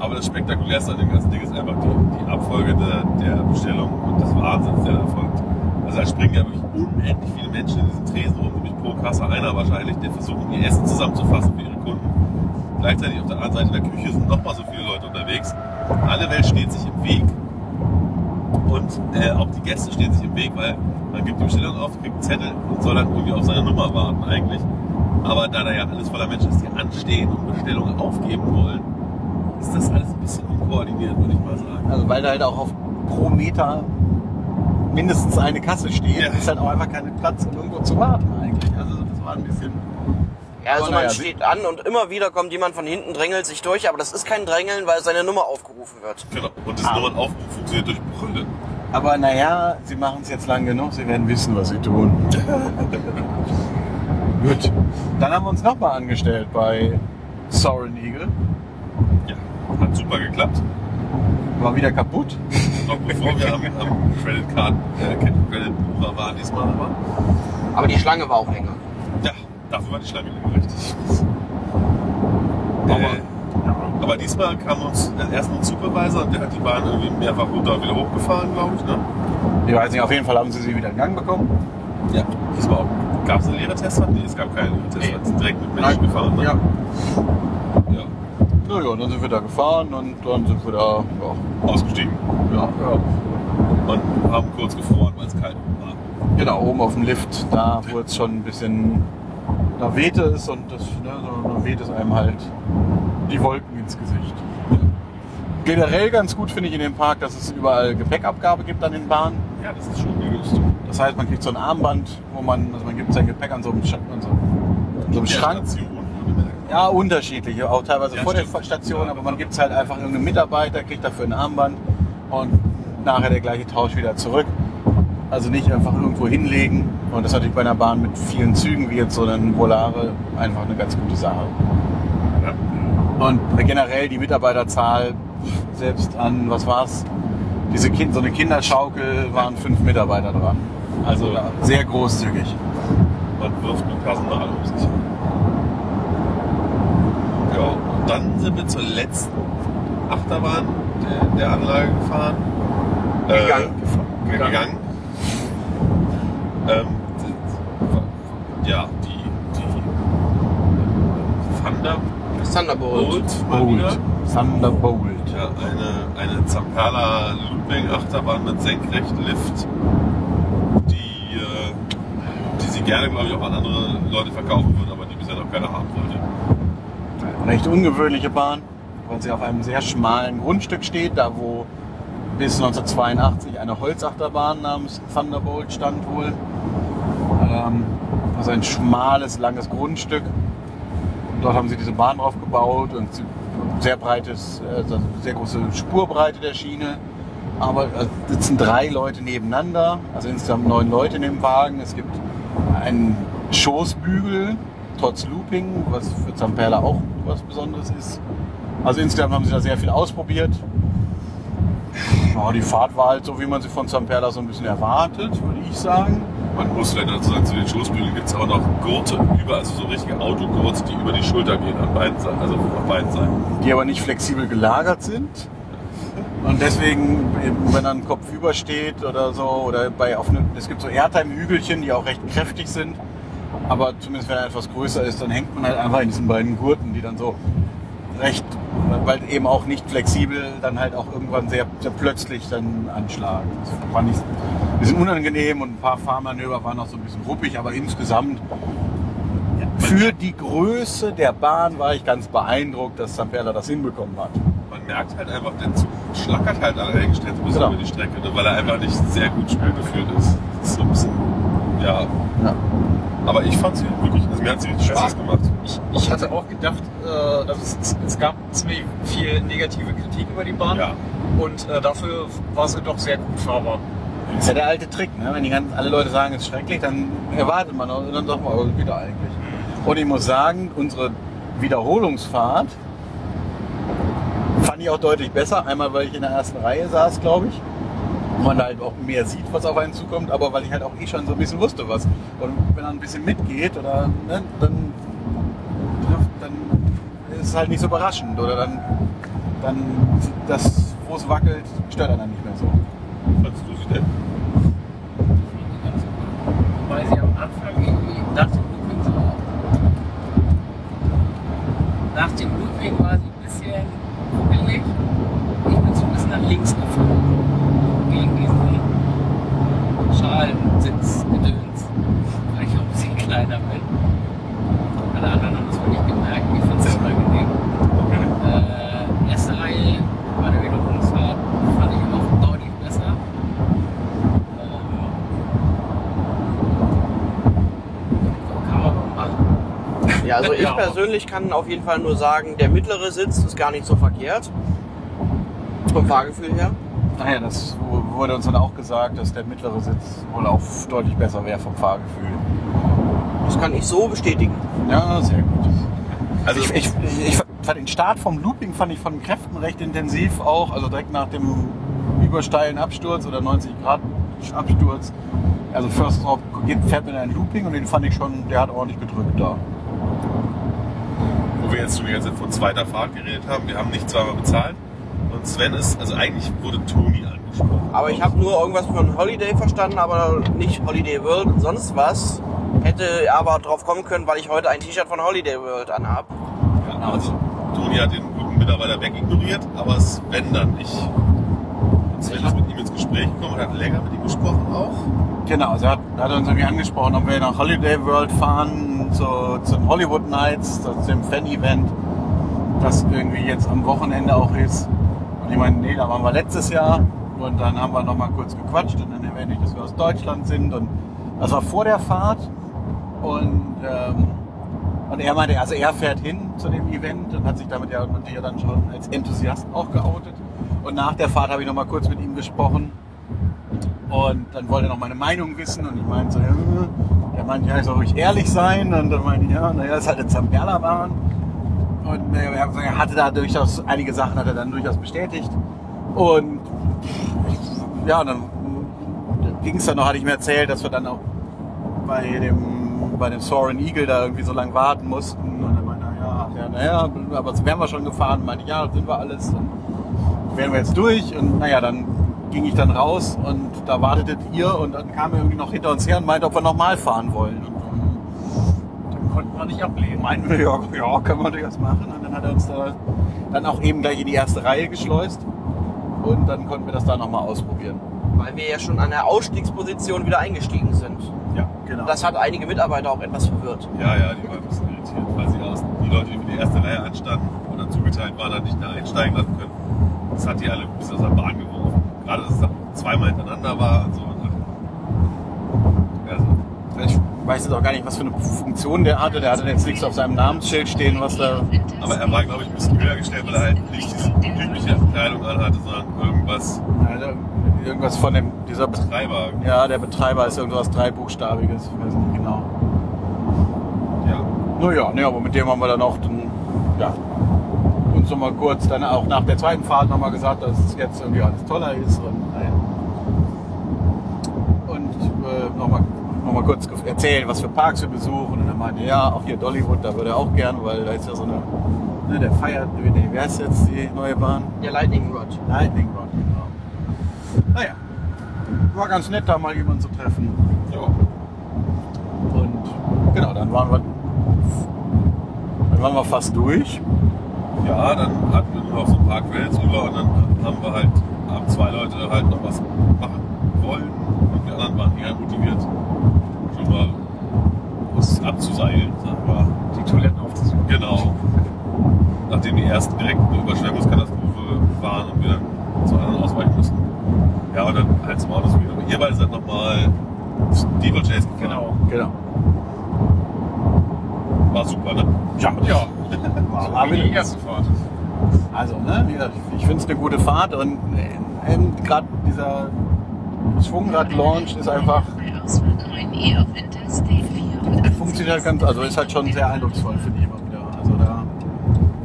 A: Aber das Spektakulärste an dem ganzen Ding ist einfach die, die Abfolge der, der Bestellung und des Wahnsinns, der da folgt. Also da springen ja wirklich unendlich viele Menschen in diesen Tresen rum, nämlich pro Kasse einer wahrscheinlich, der versucht, ihr Essen zusammenzufassen für ihre Kunden. Gleichzeitig auf der anderen Seite der Küche sind nochmal so viele Leute unterwegs. Alle Welt steht sich im Weg und äh, auch die Gäste stehen sich im Weg, weil man gibt die Bestellung auf, kriegt einen Zettel und soll dann irgendwie auf seine Nummer warten eigentlich. Aber da da ja alles voller Menschen ist, die anstehen und Bestellungen aufgeben wollen, ist das alles ein bisschen unkoordiniert, würde ich mal sagen.
E: Also weil da halt auch auf pro Meter mindestens eine Kasse steht,
A: Ja.
E: ist halt auch einfach kein Platz, um irgendwo zu warten eigentlich. Also das war ein bisschen.
F: Ja, also
E: Oh,
F: man
E: naja,
F: steht an und immer wieder kommt jemand von hinten, drängelt sich durch, aber das ist kein Drängeln, weil seine Nummer aufgerufen wird.
A: Genau. Und das Nummernaufruf funktioniert durch Brüllen.
E: Aber naja, sie machen es jetzt lang genug, sie werden wissen, was sie tun. Gut. Dann haben wir uns nochmal angestellt bei Soren Eagle.
A: Ja, hat super geklappt.
E: War wieder kaputt.
A: Noch bevor wir am, am Credit Card, äh, Credit Bucher waren diesmal aber.
F: Aber die Schlange war auch länger.
A: Ja, dafür war die Schlange länger, richtig.
E: Aber-
A: Äh, aber diesmal kam uns äh, erst ein Supervisor und der hat die Bahn irgendwie mehrfach runter und wieder hochgefahren, glaube ich. Ne?
E: Ich weiß nicht, auf jeden Fall haben sie sie wieder in Gang bekommen.
A: Ja. Diesmal auch. Gab es eine leere Testfahrt? Nee, es gab keine leere Testfahrt. Sie sind direkt mit Menschen gefahren. Ne?
E: Ja.
A: ja.
E: Naja, und dann sind wir da gefahren und dann sind wir da.
A: Ausgestiegen.
E: Ja, ja, ja.
A: Und haben kurz gefroren, weil es kalt war.
E: Genau, oben auf dem Lift, da wurde es schon ein bisschen, da wehte es und das, ne, so, da weht es einem halt die Wolken ins Gesicht. Generell ganz gut finde ich in dem Park, dass es überall Gepäckabgabe gibt an den Bahnen.
A: Ja, das ist schon gelöst.
E: Das heißt, man kriegt so ein Armband, wo man, also man gibt sein Gepäck an so einem, Sch an so, an so einem Schrank. Ja, unterschiedliche, auch teilweise
A: Ja,
E: vor der
A: stimmt.
E: Station,
A: Ja.
E: aber man gibt es halt einfach irgendeinem Mitarbeiter, kriegt dafür ein Armband und nachher der gleiche Tausch wieder zurück. Also nicht einfach irgendwo hinlegen. Und das ist natürlich bei einer Bahn mit vielen Zügen wie jetzt so ein Volare einfach eine ganz gute Sache. Und generell die Mitarbeiterzahl, selbst an, was war's? Diese kind, so eine Kinderschaukel waren fünf Mitarbeiter dran. Also sehr großzügig.
A: Man wirft mit Personal um sich. Ja, und dann sind wir zur letzten Achterbahn der, der Anlage gefahren.
F: Gegangen.
A: Äh, gegangen. gegangen. Ähm, d- d- ja, die, die Thunderbolt
F: Thunderbolt.
A: mal wieder.
E: Bolt. Thunderbolt.
A: Ja, eine, eine Zampala Ludwig Achterbahn mit senkrechten Lift, die, äh, die sie gerne, glaube ich, auch an andere Leute verkaufen würden, aber die bisher noch keiner haben wollte.
E: Eine recht ungewöhnliche Bahn, weil sie auf einem sehr schmalen Grundstück steht, da wo bis 1982 eine Holzachterbahn namens Thunderbolt stand wohl. Ähm, also ein schmales, langes Grundstück. Und dort haben sie diese Bahn drauf gebaut und sie- sehr breites, äh, also sehr große Spurbreite der Schiene. Aber äh, sitzen drei Leute nebeneinander, also insgesamt neun Leute in dem Wagen. Es gibt einen Schoßbügel, trotz Looping, was für Zamperla auch was Besonderes ist. Also insgesamt haben sie da sehr viel ausprobiert. Ja, die Fahrt war halt so, wie man sie von Zamperla so ein bisschen erwartet, würde ich sagen.
A: Man muss leider dazu sagen, zu den Schoßbügeln gibt es auch noch Gurte über, also so richtige Autogurte, die über die Schulter gehen an beiden Seiten, also auf beiden Seiten.
E: die aber nicht flexibel gelagert sind. Und deswegen, eben, wenn dann Kopf übersteht oder so, oder bei offenen, es gibt so Airtime-Hügelchen, die auch recht kräftig sind. Aber zumindest wenn er etwas größer ist, dann hängt man halt einfach in diesen beiden Gurten, die dann so recht, weil eben auch nicht flexibel, dann halt auch irgendwann sehr, sehr plötzlich dann anschlagen. Das fand ich ein bisschen unangenehm und ein paar Fahrmanöver waren auch so ein bisschen ruppig, aber insgesamt für die Größe der Bahn war ich ganz beeindruckt, dass Samperla das hinbekommen hat.
A: Man merkt halt einfach, der Zug schlackert halt an der Stelle so ein bisschen
E: Genau.
A: über die Strecke, ne, weil er einfach nicht sehr gut spülgeführt ist. Das ist so ein bisschen, ja.
E: Ja.
A: Aber ich fand sie wirklich, also mir hat sie richtig Spaß gemacht.
D: Ich, ich hatte auch gedacht, äh, also es, es gab ziemlich viel negative Kritik über die Bahn
A: Ja.
D: und äh, dafür war sie doch sehr gut fahrbar.
E: Das ist ja der alte Trick, ne? wenn die ganzen, alle Leute sagen, es ist schrecklich, dann erwartet man auch, und dann sagt man, oh, geht doch eigentlich. Und ich muss sagen, unsere Wiederholungsfahrt fand ich auch deutlich besser. Einmal, weil ich in der ersten Reihe saß, glaube ich. Und man da halt auch mehr sieht, was auf einen zukommt, aber weil ich halt auch eh schon so ein bisschen wusste, was. Und wenn man ein bisschen mitgeht, oder, ne, dann, dann ist es halt nicht so überraschend. Oder dann, dann das, wo es wackelt, stört einen dann nicht mehr so.
A: Fandst du sie denn?
B: Weil sie am Anfang irgendwie nach dem Looping so. Nach dem Looping war sie ein bisschen ruckelig. Ich bin so ein bisschen nach links gefahren. Gegen diesen Schalensitz-Gedöns. Weil ich auch ein bisschen kleiner bin. Alle anderen haben das wohl nicht gemerkt. Ich fand es unangenehm. Äh, erste Reihe bei der Wiederholungsfahrt fand ich auch deutlich besser. Ähm, kann man noch machen.
F: Ja, also ich
D: Ja.
F: persönlich kann auf jeden Fall nur sagen, der mittlere Sitz ist gar nicht so verkehrt. Vom Fahrgefühl her.
E: Naja, das wu- wurde uns dann auch gesagt, dass der mittlere Sitz wohl auch deutlich besser wäre vom Fahrgefühl.
F: Das kann ich so bestätigen.
E: Ja, sehr gut.
A: Also
E: ich, ich, ich fand den Start vom Looping fand ich von Kräften recht intensiv auch, also direkt nach dem übersteilen Absturz oder 90 Grad Absturz. Also First Drop geht- fährt mit einem Looping und den fand ich schon, der hat ordentlich gedrückt da.
A: wo wir jetzt schon die ganze Zeit von zweiter Fahrt geredet haben. Wir haben nicht zweimal bezahlt. Und Sven ist, also eigentlich wurde Toni angesprochen.
F: Aber ich habe nur irgendwas von Holiday verstanden, aber nicht Holiday World und sonst was. Hätte aber drauf kommen können, weil ich heute ein T-Shirt von Holiday World anhab.
A: Ja, also Toni hat den guten Mitarbeiter wegignoriert, aber Sven dann nicht. Und Sven ist mit ihm ins Gespräch gekommen und hat länger mit ihm gesprochen auch.
E: Genau, also er hat, hat uns irgendwie angesprochen, ob wir nach Holiday World fahren, zu, zum Hollywood Nights, zu dem Fan-Event, das irgendwie jetzt am Wochenende auch ist. Und ich meine, nee, da waren wir letztes Jahr und dann haben wir nochmal kurz gequatscht und dann erwähnt ich, dass wir aus Deutschland sind und das war vor der Fahrt und, ähm, und er meinte, also er fährt hin zu dem Event und hat sich damit ja und ja dann schon als Enthusiast auch geoutet. Und nach der Fahrt habe ich nochmal kurz mit ihm gesprochen und dann wollte er noch meine Meinung wissen und ich meinte so, ja, äh. er meinte, ja, ich soll ruhig ehrlich sein und dann meinte ich, ja, naja, ist halt eine Zamperla-Bahn. Und äh, er hat gesagt, er hatte da durchaus, einige Sachen hat er dann durchaus bestätigt. Und ich- ja, und dann ging es dann noch, hatte ich mir erzählt, dass wir dann auch bei dem, bei dem Soaring Eagle da irgendwie so lange warten mussten. Und dann meinte er, ja, ach ja, naja, aber wären wir schon gefahren. Meinte ich, ja, sind wir alles. Und wären wir jetzt durch und naja, dann ging ich dann raus und da wartetet ihr und dann kam er irgendwie noch hinter uns her und meinte, ob wir nochmal fahren wollen. Und
D: Dann konnten wir nicht ablehnen.
E: meinten wir, ja, ja, können wir durchaus machen. Und dann hat er uns da dann auch eben gleich in die erste Reihe geschleust. Und dann konnten wir das da nochmal ausprobieren.
F: weil wir ja schon an der Ausstiegsposition wieder eingestiegen sind.
E: Ja, genau.
F: Das hat einige Mitarbeiter auch etwas verwirrt.
A: Ja, ja, die waren ein bisschen irritiert, weil sie aus, die Leute, die für die erste Reihe anstanden oder zugeteilt waren, dann nicht mehr einsteigen lassen können. Das hat die alle ein bisschen aus der Bahn geworfen. Gerade, dass es dann zweimal hintereinander war und so. Und dann- also,
E: ich weiß jetzt auch gar nicht, was für eine Funktion der hatte. Der hatte jetzt nichts auf seinem Namensschild stehen, was da.
A: aber er war, glaube ich, ein bisschen höher gestellt, weil er halt nicht diese übliche Kleidung anhatte, sondern irgendwas
E: Also, irgendwas von dem, dieser Betreiber.
A: Treiber.
E: Ja, der Betreiber ist irgendwas dreibuchstabiges, ich weiß nicht genau.
A: Ja.
E: Naja, ne, aber mit dem haben wir dann auch dann, ja, uns nochmal kurz dann auch nach der zweiten Fahrt nochmal gesagt, dass es jetzt irgendwie alles toller ist und, äh, und äh, nochmal noch mal kurz gef- erzählt, was für Parks wir besuchen. Und dann meinte er, ja, auch hier Dollywood, da würde er auch gern, weil da ist ja so eine, ne, der feiert, nee, wer ist jetzt die neue Bahn?
F: Der Lightning Rod.
E: Lightning Rod, genau. Naja, war ganz nett, da mal jemanden zu treffen.
A: ja.
E: Und genau, dann waren wir, dann waren wir fast durch.
A: Ja, dann hatten wir nur noch so ein paar Quellen über und dann haben wir halt, haben zwei Leute halt noch was machen wollen und die anderen waren eher motiviert, schon mal uns abzuseilen, sagen wir.
D: Die Toiletten aufzusuchen.
A: Genau. Nachdem die ersten direkt eine Überschwemmungskatastrophe waren und wir dann zu anderen ausweichen mussten. Ja, und dann halt zum Auto wieder. Aber ihr beide seid nochmal Devil Chase gefahren.
D: Genau.
E: Genau.
A: War super, ne?
E: Ja,
D: Ja,
E: war
D: wie Genau. die erste Fahrt.
E: Also, ne, wie gesagt, ich finde es eine gute Fahrt und äh, eben gerade dieser Schwungrad-Launch ist einfach,
C: Bei Ausfahrt 9E auf Interstate 4 und 80
E: funktioniert halt ganz, also ist halt schon sehr eindrucksvoll, finde ich immer wieder. Also da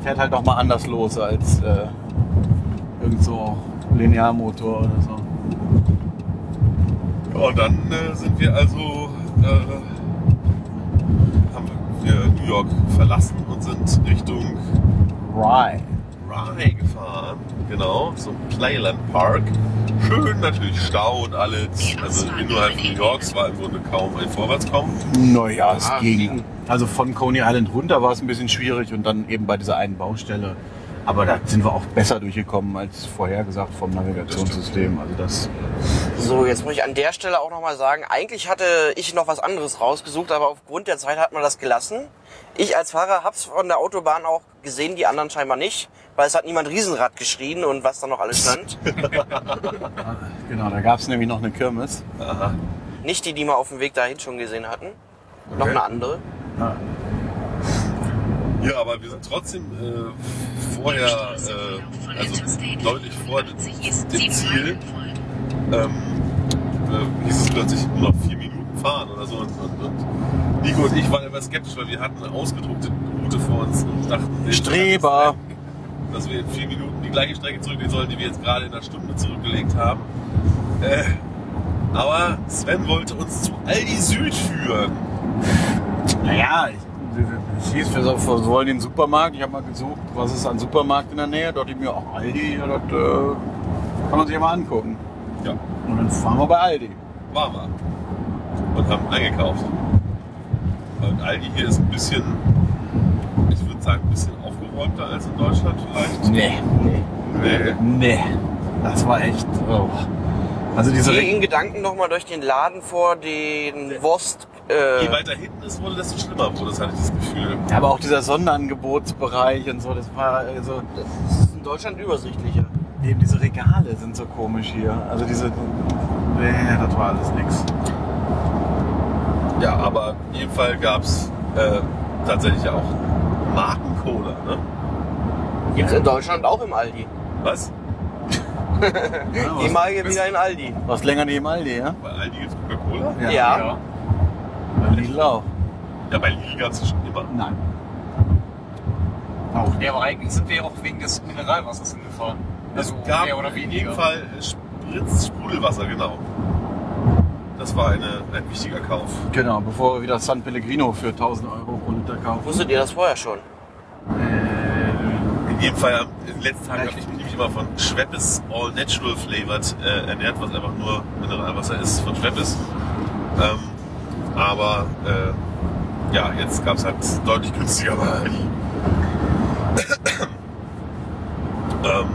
E: fährt halt nochmal anders los als äh, irgend so Linearmotor oder so.
A: Ja, und dann äh, sind wir also, äh, haben wir New York verlassen und sind Richtung
E: Right.
A: Rye gefahren. Genau, zum Playland Park. Schön natürlich Stau und alles. Also innerhalb von New Yorks war im Grunde kaum ein Vorwärtskommen.
E: Naja, es
F: Ah,
E: ging.
F: ging.
E: Also von Coney Island runter war es ein bisschen schwierig und dann eben bei dieser einen Baustelle. Aber da sind wir auch besser durchgekommen als vorhergesagt vom Navigationssystem. Also das.
F: So, jetzt muss ich an der Stelle auch nochmal sagen, eigentlich hatte ich noch was anderes rausgesucht, aber aufgrund der Zeit hat man das gelassen. Ich als Fahrer hab's von der Autobahn auch gesehen, die anderen scheinbar nicht, weil es hat niemand Riesenrad geschrien und was da noch alles stand.
E: Genau, da gab es nämlich noch eine Kirmes.
F: nicht die, die wir auf dem Weg dahin schon gesehen hatten. Noch eine andere.
A: Ja, aber wir sind trotzdem äh, vorher, äh, also deutlich vor dem Ziel, ähm, äh, hieß es plötzlich nur noch vier Minuten fahren oder so. Und, und, und Nico und ich waren immer skeptisch, weil wir hatten eine ausgedruckte Route vor uns und dachten, nee,
E: Streber!
A: dass wir in vier Minuten die gleiche Strecke zurückgehen sollen, die wir jetzt gerade in einer Stunde zurückgelegt haben. Äh, aber Sven wollte uns zu Aldi Süd führen.
E: Naja, ich, ich hieß, wir so- wir wollen den Supermarkt. Ich habe mal gesucht, was ist an Supermarkt in der Nähe. Dort ich mir auch Aldi. Ja, dort äh, kann man sich ja mal angucken.
A: Ja,
E: Und dann fahren wir bei Aldi.
A: waren wir. Und haben eingekauft. Und Aldi hier ist ein bisschen, ich würde sagen, ein bisschen aufgeräumter als in Deutschland vielleicht.
E: Nee.
A: Nee.
E: Nee. Das war echt. Oh. Also diese
F: Geh in Gedanken nochmal durch den Laden vor den Wurst. Äh,
A: Je weiter hinten es wurde, desto schlimmer wurde es, hatte ich das Gefühl.
E: Ja, Aber auch dieser Sonderangebotsbereich und so, das war also
F: das ist in Deutschland übersichtlicher.
E: eben diese Regale sind so komisch hier. Also diese nee, das war alles nix.
A: Ja, aber in jedem Fall gab es äh, tatsächlich auch Markencola. Ne?
F: Gibt's in Deutschland auch im Aldi.
A: Was?
F: Die mal hier wieder in Aldi.
E: Was länger neben Aldi, ja?
A: Bei Aldi gibt es Coca-Cola?
F: Ja.
E: Bei Lidl auch.
A: Ja, bei Lidl gab es schon immer.
E: Nein.
D: Auch. Ja, aber eigentlich sind wir ja auch wegen des Mineralwassers hingefahren.
A: Es
D: Also
A: gab
D: mehr oder
A: in jedem
D: weniger.
A: Fall Spritz Sprudelwasser, genau. Das war eine, ein wichtiger Kauf.
E: Genau, bevor wir wieder San Pellegrino für 1000 Euro pro Liter kaufen.
F: Wusstet ihr das vorher schon?
E: Äh,
A: jedem Fall, am- in den letzten Tagen habe ich mich nämlich immer von Schweppes All Natural Flavored äh, ernährt, was einfach nur Mineralwasser ist von Schweppes. Ähm, aber äh, ja, jetzt gab es halt deutlich günstiger mal. ähm,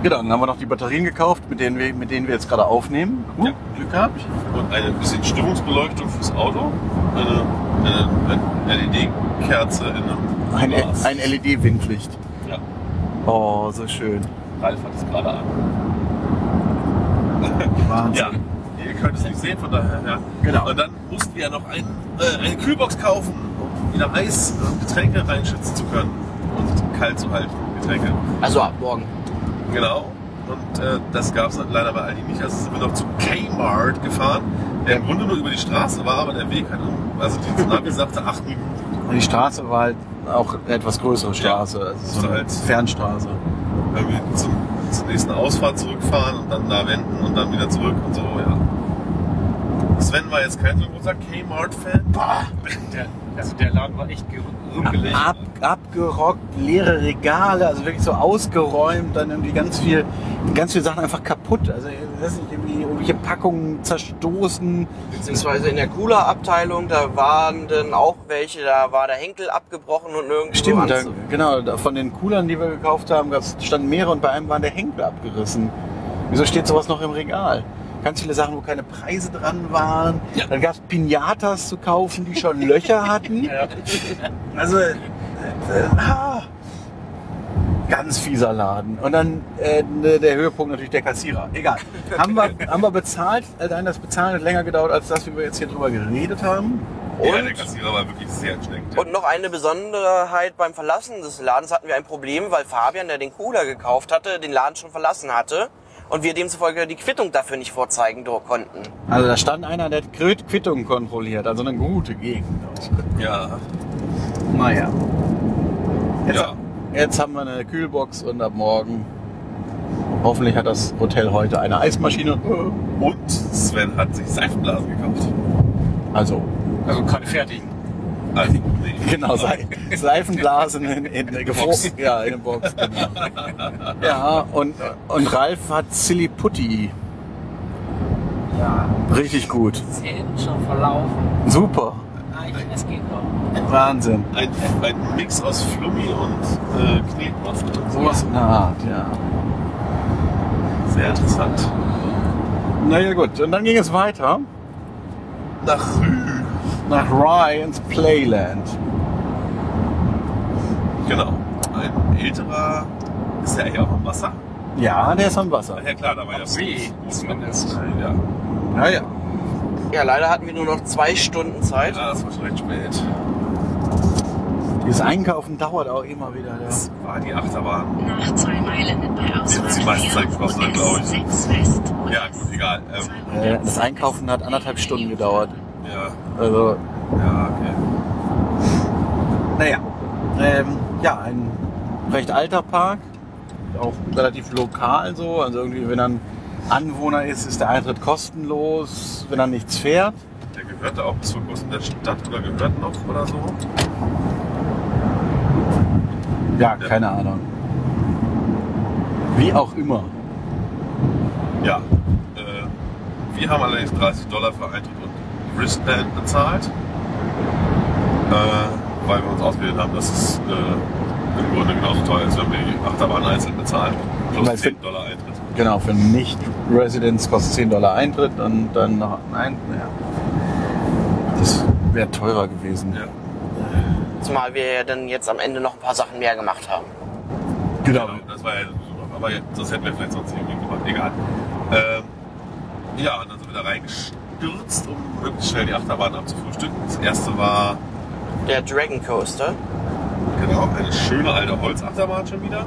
E: Genau, dann haben wir noch die Batterien gekauft, mit denen wir, mit denen wir jetzt gerade aufnehmen. Uh,
A: Ja.
E: Glück gehabt.
A: und eine bisschen Stimmungsbeleuchtung fürs Auto. Eine, eine, eine LED-Kerze in einem
E: Ein,
A: Glas.
E: ein LED-Windlicht.
A: Ja.
E: Oh, so schön.
A: Ralf hat es gerade an.
E: Wahnsinn.
A: Ja, ihr könnt es nicht sehen, von daher. Ja.
E: Genau.
A: Und dann mussten wir ja noch ein, äh, eine Kühlbox kaufen, um wieder Eis und Getränke reinschützen zu können und kalt zu halten, Getränke.
F: Also ab morgen.
A: Genau. Und äh, das gab es leider bei Aldi nicht. Also sind wir noch zu Kmart gefahren, der im Grunde nur über die Straße war, aber der Weg hat, um- also die Navi sagte, acht Minuten.
E: Und die Straße war halt auch eine etwas größere Straße. Also so
A: So
E: eine
A: halt-
E: Fernstraße.
A: Irgendwie zum, zur nächsten Ausfahrt zurückfahren und dann da wenden und dann wieder zurück und so, ja. Sven war jetzt kein so großer Kmart-Fan.
D: Der, also der Laden war echt gerü- rümpelig.
E: Ab, abgerockt, leere Regale, also wirklich so ausgeräumt, dann irgendwie ganz viel, ganz viele Sachen einfach kaputt. Also ich weiß nicht, irgendwie irgendwelche Packungen zerstoßen.
F: Beziehungsweise in der Cooler-Abteilung, da waren dann auch welche, da war der Henkel abgebrochen und nirgendwo
E: Stimmt, da,
F: anzu-
E: genau, da- von den Coolern, die wir gekauft haben, gab's, standen mehrere und bei einem war der Henkel abgerissen. Wieso steht sowas noch im Regal? Ganz viele Sachen, wo keine Preise dran waren. Dann gab es Pinatas zu kaufen, die schon Löcher hatten. Also, äh, ah, ganz fieser Laden. Und dann äh, ne, der Höhepunkt natürlich der Kassierer. Egal. Haben wir, haben wir bezahlt? Äh, nein, das Bezahlen hat länger gedauert, als das, wie wir jetzt hier drüber geredet haben.
A: Ja, der Kassierer war wirklich sehr anstrengend.
F: Und noch eine Besonderheit beim Verlassen des Ladens hatten wir ein Problem, weil Fabian, der den Cooler gekauft hatte, den Laden schon verlassen hatte und wir demzufolge die Quittung dafür nicht vorzeigen do- konnten.
E: Also da stand einer, der hat Quit- Quittungen kontrolliert, also eine gute Gegend.
A: Ja,
E: Naja. Jetzt,
A: Ja.
E: jetzt haben wir eine Kühlbox und ab morgen hoffentlich hat das Hotel heute eine Eismaschine.
A: und Sven hat sich Seifenblasen gekauft.
E: Also,
D: Also keine fertigen.
A: Also, nee.
E: genau, Se Seifenblasen in, in, in Box. Ja, in der Box, genau. Ja, und, und Ralf hat Silly Putty. Ja. Richtig gut.
B: Zählen schon verlaufen.
E: Super.
B: Nein, es geht noch.
E: Wahnsinn.
A: Ein, ein Mix aus Flummi und äh, Knetmoft und
E: Sowas in der Art, ja.
A: Sehr interessant.
E: Naja gut, und dann ging es weiter
A: Nach Rü.
E: nach Rye ins Playland.
A: Genau. Ein älterer ist ja eher am Wasser.
E: Ja, der ist am Wasser.
A: Ach ja klar, da war ja
D: See, zumindest.
A: Ja,
E: Naja.
F: Ja, leider hatten wir nur noch zwei Stunden Zeit.
A: ja, das war schon recht spät.
E: Dieses Einkaufen dauert auch immer wieder. Ja.
A: Das war die Achterbahn.
C: Nach zwei Meilen bei Ausfahrt
A: Sie meisten sagen
C: vier
A: Schwachsinn, glaube ich.
C: S6 West und
A: Ja, gut, egal. Ähm,
E: Äh, Das Einkaufen hat anderthalb Stunden gedauert.
A: ja,
E: Also,
A: ja, okay.
E: naja. Ähm, ja, ein recht alter Park. Auch relativ lokal so. Also irgendwie, wenn dann Anwohner ist, ist der Eintritt kostenlos, wenn er nichts fährt.
A: Der gehörte auch bis vor kurzem der Stadt oder gehört noch oder so.
E: Ja, keine Ahnung. Wie auch immer.
A: Ja. Äh, wir haben allerdings 30 Dollar für Eintritt und Wristband bezahlt, äh, weil wir uns ausgewählt haben, dass es äh, im Grunde genauso teuer ist, wenn wir die Achterbahn einzeln bezahlen. Plus
E: Weil für-
A: 10 Dollar Eintritt.
E: Genau, für Nicht-Residents kostet 10 Dollar Eintritt und dann noch ein. Ja. Das wäre teurer gewesen.
A: Ja.
F: Zumal wir ja dann jetzt am Ende noch ein paar Sachen mehr gemacht haben.
A: Genau. Das war ja super. Aber das hätten wir vielleicht sonst irgendwie gemacht. Egal. Ähm, ja, und dann sind wir da reingestürzt, um möglichst schnell die Achterbahn abzufrühstücken. Das erste war
F: Der Dragon Coaster.
A: Genau, eine schöne alte Holzachterbahn schon wieder.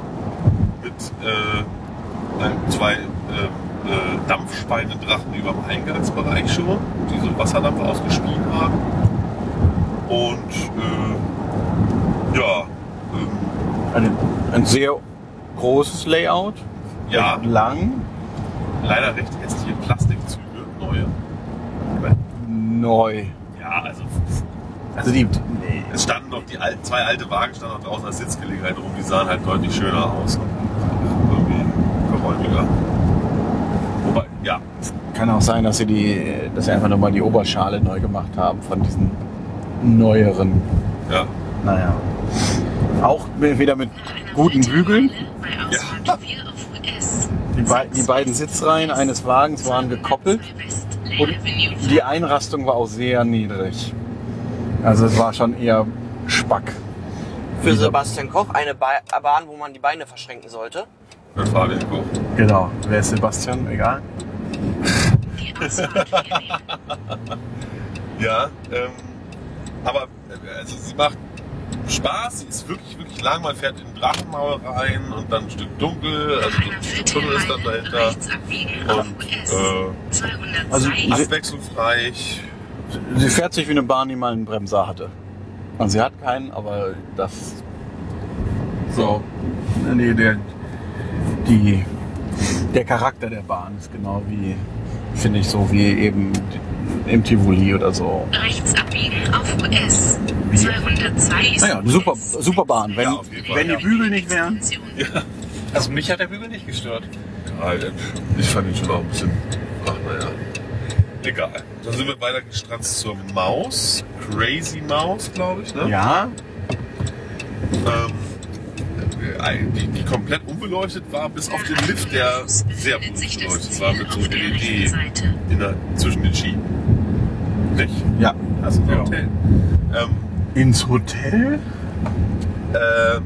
A: Mit äh, ein- zwei äh, äh, Dampfschweinedrachen über dem Eingangsbereich schon, die so Wasserdampf ausgespielt haben. Und äh, ja, ähm,
E: Ein, ein sehr großes Layout,
A: ja,
E: recht lang,
A: leider recht hässliche Plastikzüge, neue.
E: neu.
A: Ja, also
E: Also die,
A: Es standen noch die alten, zwei alte Wagen standen noch draußen als Sitzgelegenheit rum, die sahen halt deutlich schöner aus und irgendwie geräumiger. Wobei, ja,
E: kann auch sein, dass sie die, dass sie einfach nochmal die Oberschale neu gemacht haben von diesen neueren.
A: ja.
E: Naja. Auch wieder mit guten Bügeln.
C: Bei Ausfahrt 4 auf US.
E: Die, bei- die beiden Sitzreihen eines Wagens waren gekoppelt
C: Bei West Lane
E: und
C: Avenue.
E: die Einrastung war auch sehr niedrig. Also es war schon eher Spack.
F: Für Sebastian Koch eine ba Bahn, wo man die Beine verschränken sollte.
A: Dann Fabian guckt.
E: Genau. Wer ist Sebastian? Egal.
C: Die Ausfahrt 4 nehmen.
A: Ja, ähm, aber äh, also sie macht Spaß, sie ist wirklich, wirklich lang. Man fährt in den Drachenmauer rein und dann ein Stück dunkel, also
C: Einer
A: ein Stück Tunnel ist dann
C: Viertelmeile
A: dahinter.
C: rechts abbiegen auf
A: Und
C: US.
A: äh,
C: 202
E: Also-
A: abwechslungsreich.
E: Sie fährt sich wie eine Bahn, die mal einen Bremser hatte. Und sie hat keinen, aber das. So. Nee, der. Die. Der Charakter der Bahn ist genau wie. Finde ich so wie eben im Tivoli oder so.
C: rechts abbiegen auf US. 202 ist
E: Naja, eine Ah super,
C: US.
E: super Bahn. Wenn,
A: Ja, auf jeden Fall.
E: wenn die Bügel nicht wären.
C: Station
D: Also mich hat der Bügel nicht gestört.
A: Ja, ich fand ihn schon auch ein bisschen. Ach, naja. Egal. Dann sind wir weiter gestranzt zur Maus. Crazy Maus, glaube ich, ne?
E: Ja,
A: ähm, die, die komplett unbeleuchtet war, bis auf den Lift, der sehr gut beleuchtet war mit so LED in der, zwischen den Schienen. Nicht?
E: ja.
A: Also
D: Ja.
A: Hotel. Ähm,
E: Ins Hotel?
A: ähm,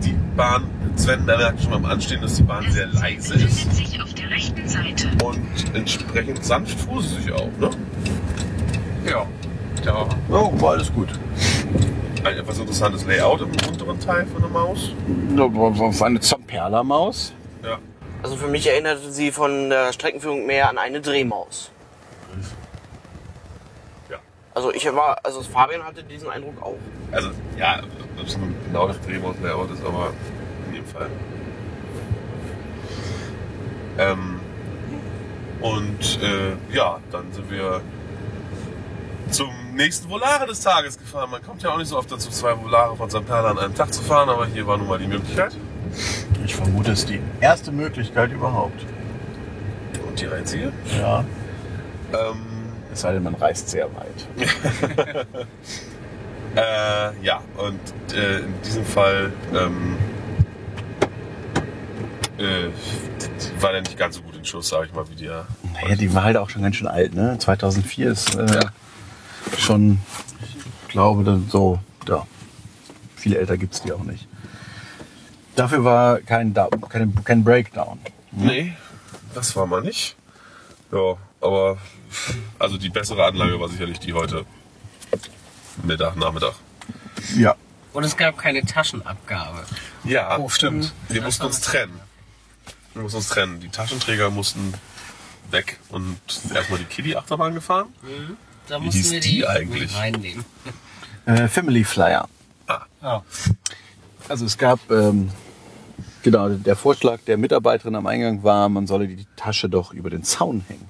A: die Bahn, Sven merkt schon beim Anstehen, dass die Bahn sehr leise ist
C: befindet sich auf der rechten Seite.
A: und entsprechend sanft fuhr sie sich auch. Ne?
D: Ja. Ja.
E: Oh, war alles gut.
A: Ein etwas interessantes Layout im unteren Teil von der Maus.
E: War eine Zamperla-Maus.
A: Ja.
F: Also für mich erinnerte sie von der Streckenführung mehr an eine Drehmaus.
A: Ja.
F: Also ich war, also Fabian hatte diesen Eindruck auch.
A: Also, ja, ob es nun genau das Drehmaus-Layout ist, aber in jedem Fall. Ähm, und äh, ja, dann sind wir zum nächsten Volare des Tages gefahren. Man kommt ja auch nicht so oft dazu, zwei Volare von St. Perla an einem Tag zu fahren, aber hier war nun mal die Möglichkeit.
E: Ich vermute, es ist die erste Möglichkeit überhaupt.
A: Und die einzige.
E: Ja.
A: Ähm,
E: Es sei denn, man reist sehr weit.
A: Äh, ja, und äh, in diesem Fall ähm, äh, war der nicht ganz so gut in Schuss, sag ich mal, wie der.
E: Naja, die war halt auch schon ganz schön alt, ne? 2004 ist äh, schon, ich glaube, dann so, ja. Viel älter gibt's die auch nicht. Dafür war kein, Da- kein, kein Breakdown.
A: Nee, das war mal nicht. Ja, aber also die bessere Anlage war sicherlich die heute. Mittag, Nachmittag.
E: Ja.
B: Und es gab keine Taschenabgabe.
A: Ja,
D: Oh, stimmt.
A: wir mussten uns trennen. Wir mussten uns trennen. Die Taschenträger mussten weg und sind erstmal die Kiddie-Achterbahn gefahren.
B: Da
A: Wie
B: mussten
A: hieß
B: wir
A: die eigentlich?
B: mit reinnehmen.
E: Äh, Family Flyer.
A: Ah,
D: Ja.
E: Also es gab, ähm, genau, der Vorschlag der Mitarbeiterin am Eingang war, man solle die Tasche doch über den Zaun hängen.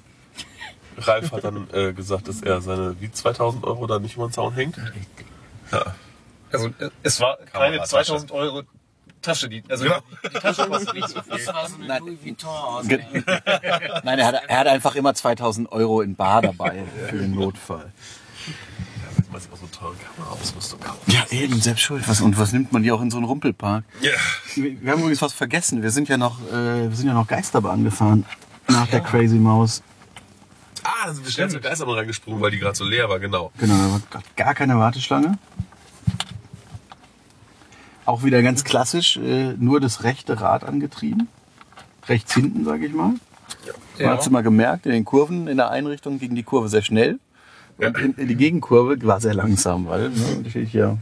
A: Ralf hat dann äh, gesagt, dass er seine wie 2000 Euro da nicht über den Zaun hängt.
D: Also äh, es war keine
A: Kameratasche.
D: 2000 Euro Tasche, die, also die, die Tasche kostet nicht so viel.
B: Das war so eine
E: Nein.
B: Louis Vuitton-Ausgabe.
E: Ge- Nein, er hat, er hat einfach immer 2000 Euro in Bar dabei für den Notfall.
A: Jetzt weiß ich auch so eine teure Kameraausrüstung kaufen.
E: Ja, eben, selbst schuld. Was, und was nimmt man die auch in so einen Rumpelpark?
A: Ja.
E: Wir wir haben übrigens was vergessen. Wir sind ja noch, äh, wir sind ja noch Geisterbahn gefahren. Nach der Crazy Maus.
A: Ah, da sind wir schnell zur Geisterbahn reingesprungen, weil die gerade so leer war, genau.
E: Genau, da war grad gar keine Warteschlange. Auch wieder ganz klassisch, äh, nur das rechte Rad angetrieben. Rechts hinten, sag ich mal. Man hat's immer gemerkt, in den Kurven, in der Einrichtung ging die Kurve sehr schnell. Und in, in die Gegenkurve war sehr langsam, weil ne, natürlich ja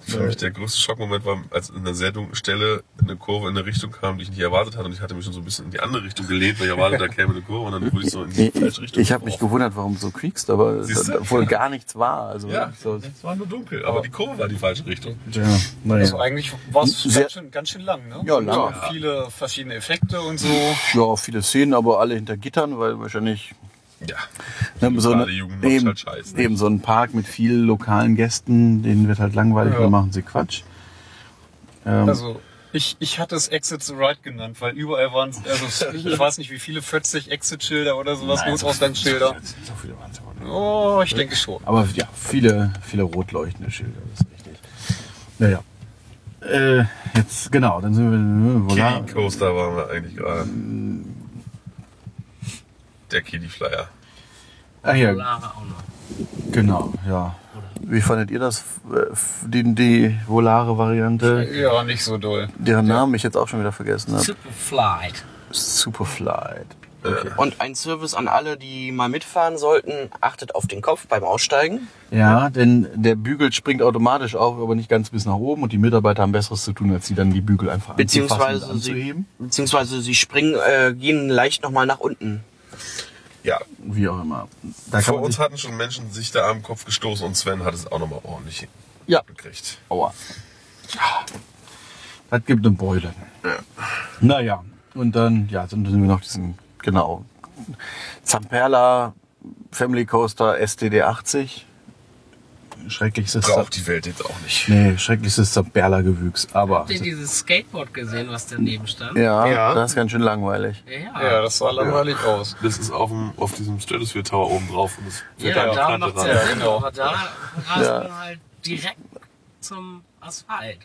A: Für mich der größte Schockmoment war, als in einer sehr dunklen Stelle eine Kurve in eine Richtung kam, die ich nicht erwartet hatte. Und ich hatte mich schon so ein bisschen in die andere Richtung gelehnt, weil ich erwartet, da käme eine Kurve und dann wurde ich so in Also die
E: Ich,
A: falsche
E: ich,
A: Richtung.
E: ich habe mich gewundert, warum du so quiekst, aber
A: Siehst du?
E: da- obwohl gar nichts war. Also
A: Ja,
E: so,
A: es war nur dunkel, aber die Kurve war die falsche Richtung.
E: ja,
D: Also eigentlich war es
E: Sehr-
D: ganz schön, ganz schön lang, ne?
E: Ja, lang.
D: Viele verschiedene Effekte und so.
E: ja, viele Szenen, aber alle hinter Gittern, weil wahrscheinlich
A: Ja.
E: Ne, so eine,
A: Gerade Jugend macht
E: eben,
A: halt Scheiß, ne?
E: eben so ein Park mit vielen lokalen Gästen, denen wird halt langweilig
D: Ja.
E: oder machen sie Quatsch. Ähm,
D: Also, ich, ich hatte es Exit the Right genannt, weil überall waren, also ich weiß nicht, wie viele 40 Exit-Schilder oder sowas,
E: nein,
D: Notausgangsschilder.
E: das ist auch wieder Wahnsinn.
D: Oh, ich denke schon.
E: Aber ja, viele, viele rot leuchtende Schilder, das ist richtig. Naja. Äh, jetzt, genau, dann sind wir. Wo
A: Kitty Coaster waren wir eigentlich gerade. Der Kitty Flyer.
E: Ach ja,
B: Polare auch noch.
E: genau, ja. Wie fandet ihr das? äh, Die, die Volare-Variante,
D: Ja, nicht so doll.
E: deren Namen ich jetzt auch schon wieder vergessen habe.
B: Superflight.
E: Superflight.
F: Und ein Service an alle, die mal mitfahren sollten, achtet auf den Kopf beim Aussteigen.
E: Ja, denn der Bügel springt automatisch auf, aber nicht ganz bis nach oben und die Mitarbeiter haben Besseres zu tun, als sie dann die Bügel einfach anzufassen
F: Beziehungsweise
E: und
F: sie,
E: anzuheben.
F: beziehungsweise sie springen, äh, gehen leicht nochmal nach unten.
A: Ja.
E: Wie auch immer. Da kann
A: Vor
E: man
A: uns
E: sich,
A: hatten schon Menschen sich da am Kopf gestoßen und Sven hat es auch nochmal ordentlich
E: ja,
A: gekriegt.
E: aua. Das gibt eine Beule. Naja, und dann, ja, dann sind wir noch diesen, genau, Zamperla Family Coaster STD80. Schrecklichstes,
A: Braucht die Welt jetzt auch nicht.
E: nee, schrecklichstes Zamperla-Gewüchs, aber...
B: Habt ihr dieses Skateboard gesehen, was daneben stand?
E: Ja,
D: Ja.
E: das ist ganz schön langweilig.
B: Ja,
D: Ja, das sah langweilig aus.
A: Das ist auf, dem, auf diesem Stratosphere Tower oben drauf und es
B: ja, da macht es ja,
D: rein.
B: Sinn,
D: Ja, genau.
B: aber da rast man halt direkt zum Asphalt.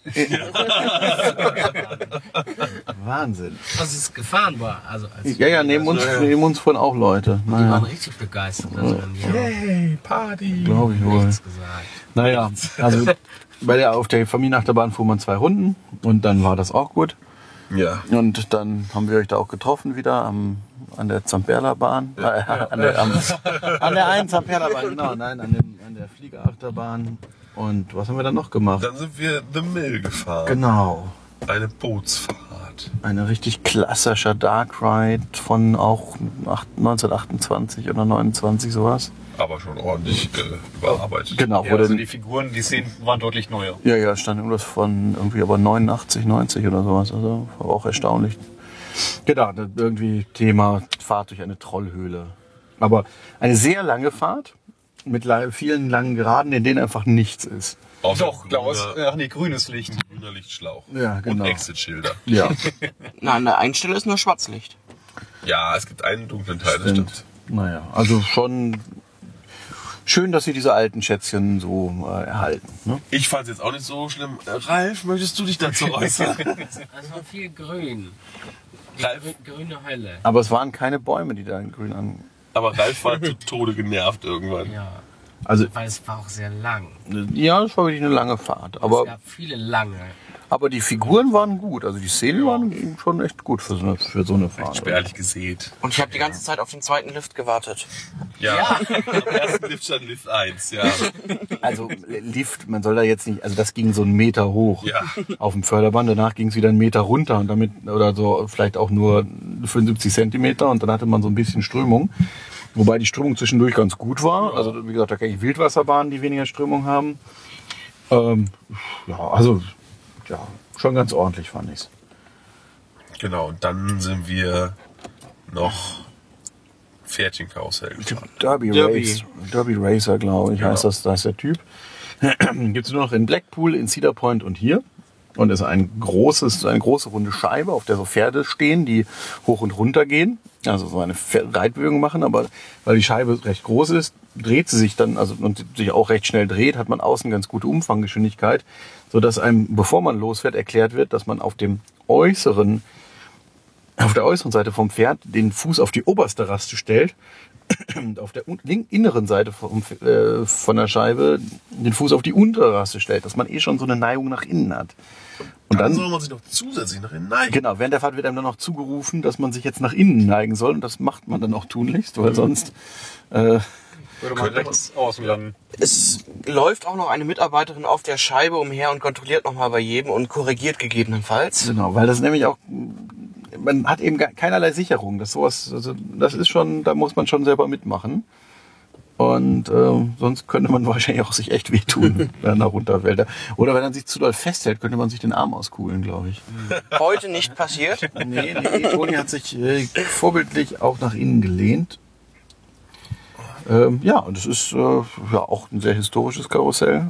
E: Wahnsinn.
B: Was ist gefahren war. Also als
E: Ja, ja, neben uns, neben uns fuhren auch Leute.
B: Die waren
E: Naja,
B: richtig begeistert. Also, die haben
A: Party.
E: glaube ich wohl.
B: nichts gesagt.
E: Naja, also bei der, auf der Familienachterbahn fuhr man zwei Runden und dann war das auch gut.
A: Ja.
E: Und dann haben wir euch da auch getroffen wieder am, an der Zamperla-Bahn. Äh, an, der, am, an der einen Zamperla-Bahn, genau. Nein, an, dem, an der Fliegerachterbahn. Und was haben wir dann noch gemacht?
A: Dann sind wir The Mill gefahren.
E: Genau.
A: Eine Bootsfahrt.
E: Eine richtig klassischer Dark Ride von auch acht- 1928 oder 29 sowas.
A: Aber schon ordentlich äh, überarbeitet.
E: Genau,
D: Ja, also die Figuren, die Szenen waren deutlich neuer.
E: Ja, ja, stand irgendwas von irgendwie aber 89, 90 oder sowas. Also war auch erstaunlich. Genau, das irgendwie Thema Fahrt durch eine Trollhöhle. Aber eine sehr lange Fahrt mit la- vielen langen Geraden, in denen einfach nichts ist.
A: Außer
D: Doch, Klaus. Ach nee, grünes Licht.
A: Grüner Lichtschlauch.
E: Ja, genau.
A: Und Exit-Schilder.
E: Ja,
F: Na, an der einen Stelle ist nur Schwarzlicht.
A: Ja, es gibt einen dunklen Teil, das stimmt.
E: naja, also schon schön, dass sie diese alten Schätzchen so äh, erhalten. Ne?
A: Ich fand es jetzt auch nicht so schlimm. Äh, Ralf, möchtest du dich dazu äußern?
B: Also Es war viel grün. Die
A: Ralf?
B: grü- grüne Hölle.
E: Aber es waren keine Bäume, die da in grün an.
A: Aber Ralf war zu Tode genervt irgendwann.
B: Ja.
E: Also
B: Weil es war auch sehr lang.
E: ja, es war wirklich eine lange Fahrt.
B: es
E: Aber,
B: gab viele lange.
E: aber die Figuren waren gut. Also die Szenen waren schon echt gut für so eine, für so eine Fahrt.
A: Spärlich gesät.
F: Und ich habe die ganze Zeit auf den zweiten Lift gewartet.
A: Ja. Am ersten Lift stand Lift 1, ja.
E: Also Lift, man soll da jetzt nicht, also das ging so einen Meter hoch
A: Ja.
E: auf dem Förderband, danach ging es wieder einen Meter runter und damit, oder so vielleicht auch nur 75 Zentimeter und dann hatte man so ein bisschen Strömung. Wobei die Strömung zwischendurch ganz gut war. Also wie gesagt, da kenne ich Wildwasserbahnen, die weniger Strömung haben. Ähm, ja, also ja, schon ganz ordentlich fand ich's.
A: Genau, und dann sind wir noch Pferdchenkarussell gefahren.
E: Derby, Race, Derby Racer, glaube ich, heißt das, da ist der Typ. Gibt es nur noch in Blackpool, in Cedar Point und hier. Und es ist ein großes, eine große runde Scheibe, auf der so Pferde stehen, die hoch und runter gehen. Also so eine Pfer- Reitbewegung machen, aber weil die Scheibe recht groß ist, dreht sie sich dann, also und sich auch recht schnell dreht, hat man außen ganz gute Umfanggeschwindigkeit, sodass einem, bevor man losfährt, erklärt wird, dass man auf dem äußeren, auf der äußeren Seite vom Pferd den Fuß auf die oberste Raste stellt und auf der un- link- inneren Seite vom, äh, von der Scheibe den Fuß auf die untere Raste stellt, dass man eh schon so eine Neigung nach innen hat. Und
A: Dann
E: dann,
A: soll man sich noch zusätzlich nach hinein.
E: genau, während der Fahrt wird einem dann noch zugerufen, dass man sich jetzt nach innen neigen soll und das macht man dann auch tunlichst, weil sonst, äh,
D: Würde man rechts außen landen.
F: Es läuft auch noch eine Mitarbeiterin auf der Scheibe umher und kontrolliert nochmal bei jedem und korrigiert gegebenenfalls.
E: genau, weil das nämlich auch, man hat eben gar- keinerlei Sicherung, dass sowas, also das ist schon, da muss man schon selber mitmachen. Und äh, sonst könnte man wahrscheinlich auch sich echt wehtun, wenn er runterfällt. Oder wenn er sich zu doll festhält, könnte man sich den Arm auskuhlen, glaube ich.
F: Heute nicht passiert.
E: Nee, nee, Toni hat sich äh, vorbildlich auch nach innen gelehnt. Ähm, ja, und es ist äh, ja auch ein sehr historisches Karussell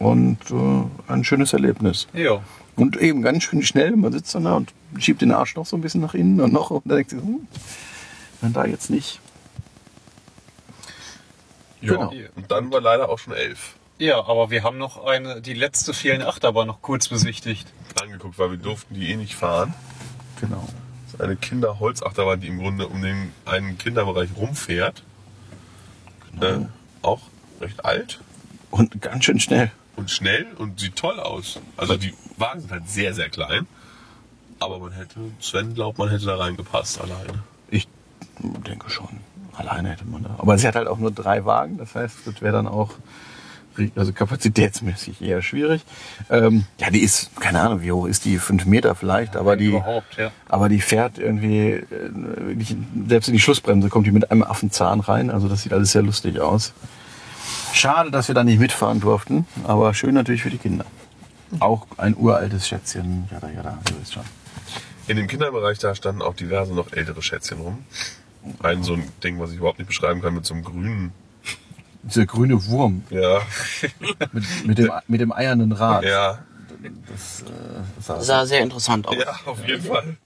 E: und äh, ein schönes Erlebnis.
D: Ja.
E: Und eben ganz schön schnell, man sitzt dann da und schiebt den Arsch noch so ein bisschen nach innen und noch und dann denkt sich, hm, wenn da jetzt nicht.
A: Ja.
E: Genau.
A: Und dann war leider auch schon elf
D: Ja, aber wir haben noch eine, die letzte fehlende Achterbahn noch kurz besichtigt.
A: angeguckt, weil wir durften die eh nicht fahren.
E: Genau.
A: Das ist eine Kinderholzachterbahn, die im Grunde um den einen Kinderbereich rumfährt. Äh, auch recht alt
E: Und ganz schön schnell.
A: und schnell und sieht toll aus. Also die Wagen sind halt sehr, sehr klein. Aber man hätte, Sven glaubt, man hätte da reingepasst alleine.
E: Ich denke schon. Alleine hätte man da. Aber sie hat halt auch nur drei Wagen, das heißt, das wäre dann auch ri- also kapazitätsmäßig eher schwierig. Ähm, ja, die ist, keine Ahnung, wie hoch ist die? Fünf Meter vielleicht, aber die.
D: überhaupt, ja.
E: Aber die fährt irgendwie, äh, nicht, selbst in die Schlussbremse kommt die mit einem Affenzahn rein. Also das sieht alles sehr lustig aus. Schade, dass wir da nicht mitfahren durften, aber schön natürlich für die Kinder. Auch ein uraltes Schätzchen, jada jada, ihr wisst schon.
A: In dem Kinderbereich, da standen auch diverse noch ältere Schätzchen rum. Ein so ein Ding, was ich überhaupt nicht beschreiben kann, mit so einem grünen.
E: Dieser grüne Wurm
A: Ja,
E: mit, mit, dem, mit dem eiernden Rad.
A: ja,
E: Das, äh, sah-
F: Sah sehr interessant aus.
A: ja, auf jeden Fall.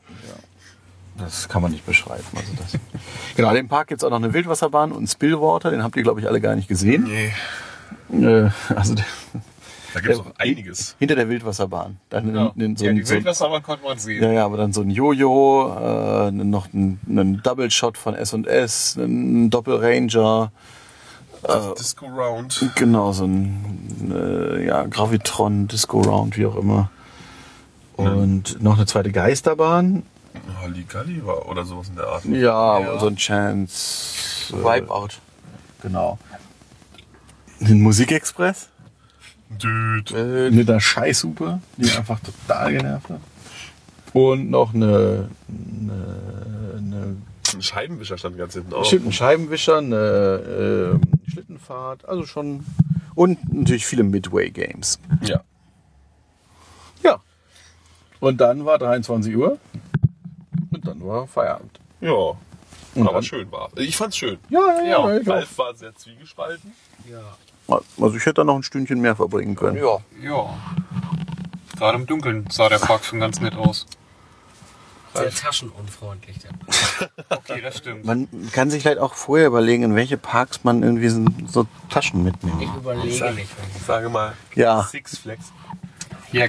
E: das kann man nicht beschreiben. Also das. genau, dem Park gibt's auch noch eine Wildwasserbahn und einen Spillwater. Den habt ihr, glaube ich, alle gar nicht gesehen.
A: Nee,
E: Äh, also der-
A: da gibt es auch einiges.
E: hinter der Wildwasserbahn. Dann in-
D: Ja,
E: in so
D: Genau. ja
E: ein-
D: die
E: so ein-
D: Wildwasserbahn konnte man sehen.
E: Ja, ja, aber dann so ein Jojo, äh, noch ein, ein Double Shot von S&S, ein Doppel Ranger,
A: Disco Round.
E: genau so ein äh, ja, Gravitron, Disco Round, wie auch immer. Und noch eine zweite Geisterbahn.
A: Halligalli war oder sowas in der Art.
E: Ja, so ein Chance. äh,
F: Wipeout.
E: Genau. Den Musikexpress
A: Dude.
E: äh, mit einer Scheißhupe, die mich einfach total genervt hat. Und noch eine, eine, eine
A: Ein Scheibenwischer stand ganz hinten auf.
E: Stimmt, ein Scheibenwischer, eine äh, Schlittenfahrt, also schon. Und natürlich viele Midway-Games.
A: Ja.
E: Ja. Und dann war 23 Uhr. Und dann war Feierabend.
A: Ja.
E: Und
A: Aber
E: dann-
A: schön war. Ich fand's schön.
E: Ja, ja, ja. ich auch.
A: Ralf war sehr zwiegespalten.
E: Also ich hätte da noch ein Stündchen mehr verbringen können.
F: Ja.
D: Ja. Gerade im Dunkeln sah der Park schon ganz nett aus.
B: Sehr taschenunfreundlich. Der
D: Okay, das stimmt.
E: Man kann sich vielleicht auch vorher überlegen, in welche Parks man irgendwie so- so Taschen mitnimmt.
B: ich überlege nicht. wenn
A: Ich sage mal,
E: Ja.
A: Six Flags.
D: Ja,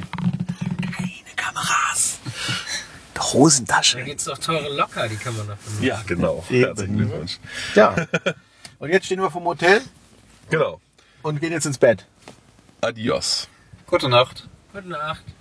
B: Da
E: Hosentasche.
B: gibt es doch teure Locker, die kann man noch benutzen.
A: Ja, genau.
E: Eben.
A: Herzlichen Glückwunsch.
E: Ja. Und jetzt stehen wir vom Hotel
A: Genau.
E: und gehen jetzt ins Bett.
A: Adios.
D: gute Nacht.
B: Gute Nacht.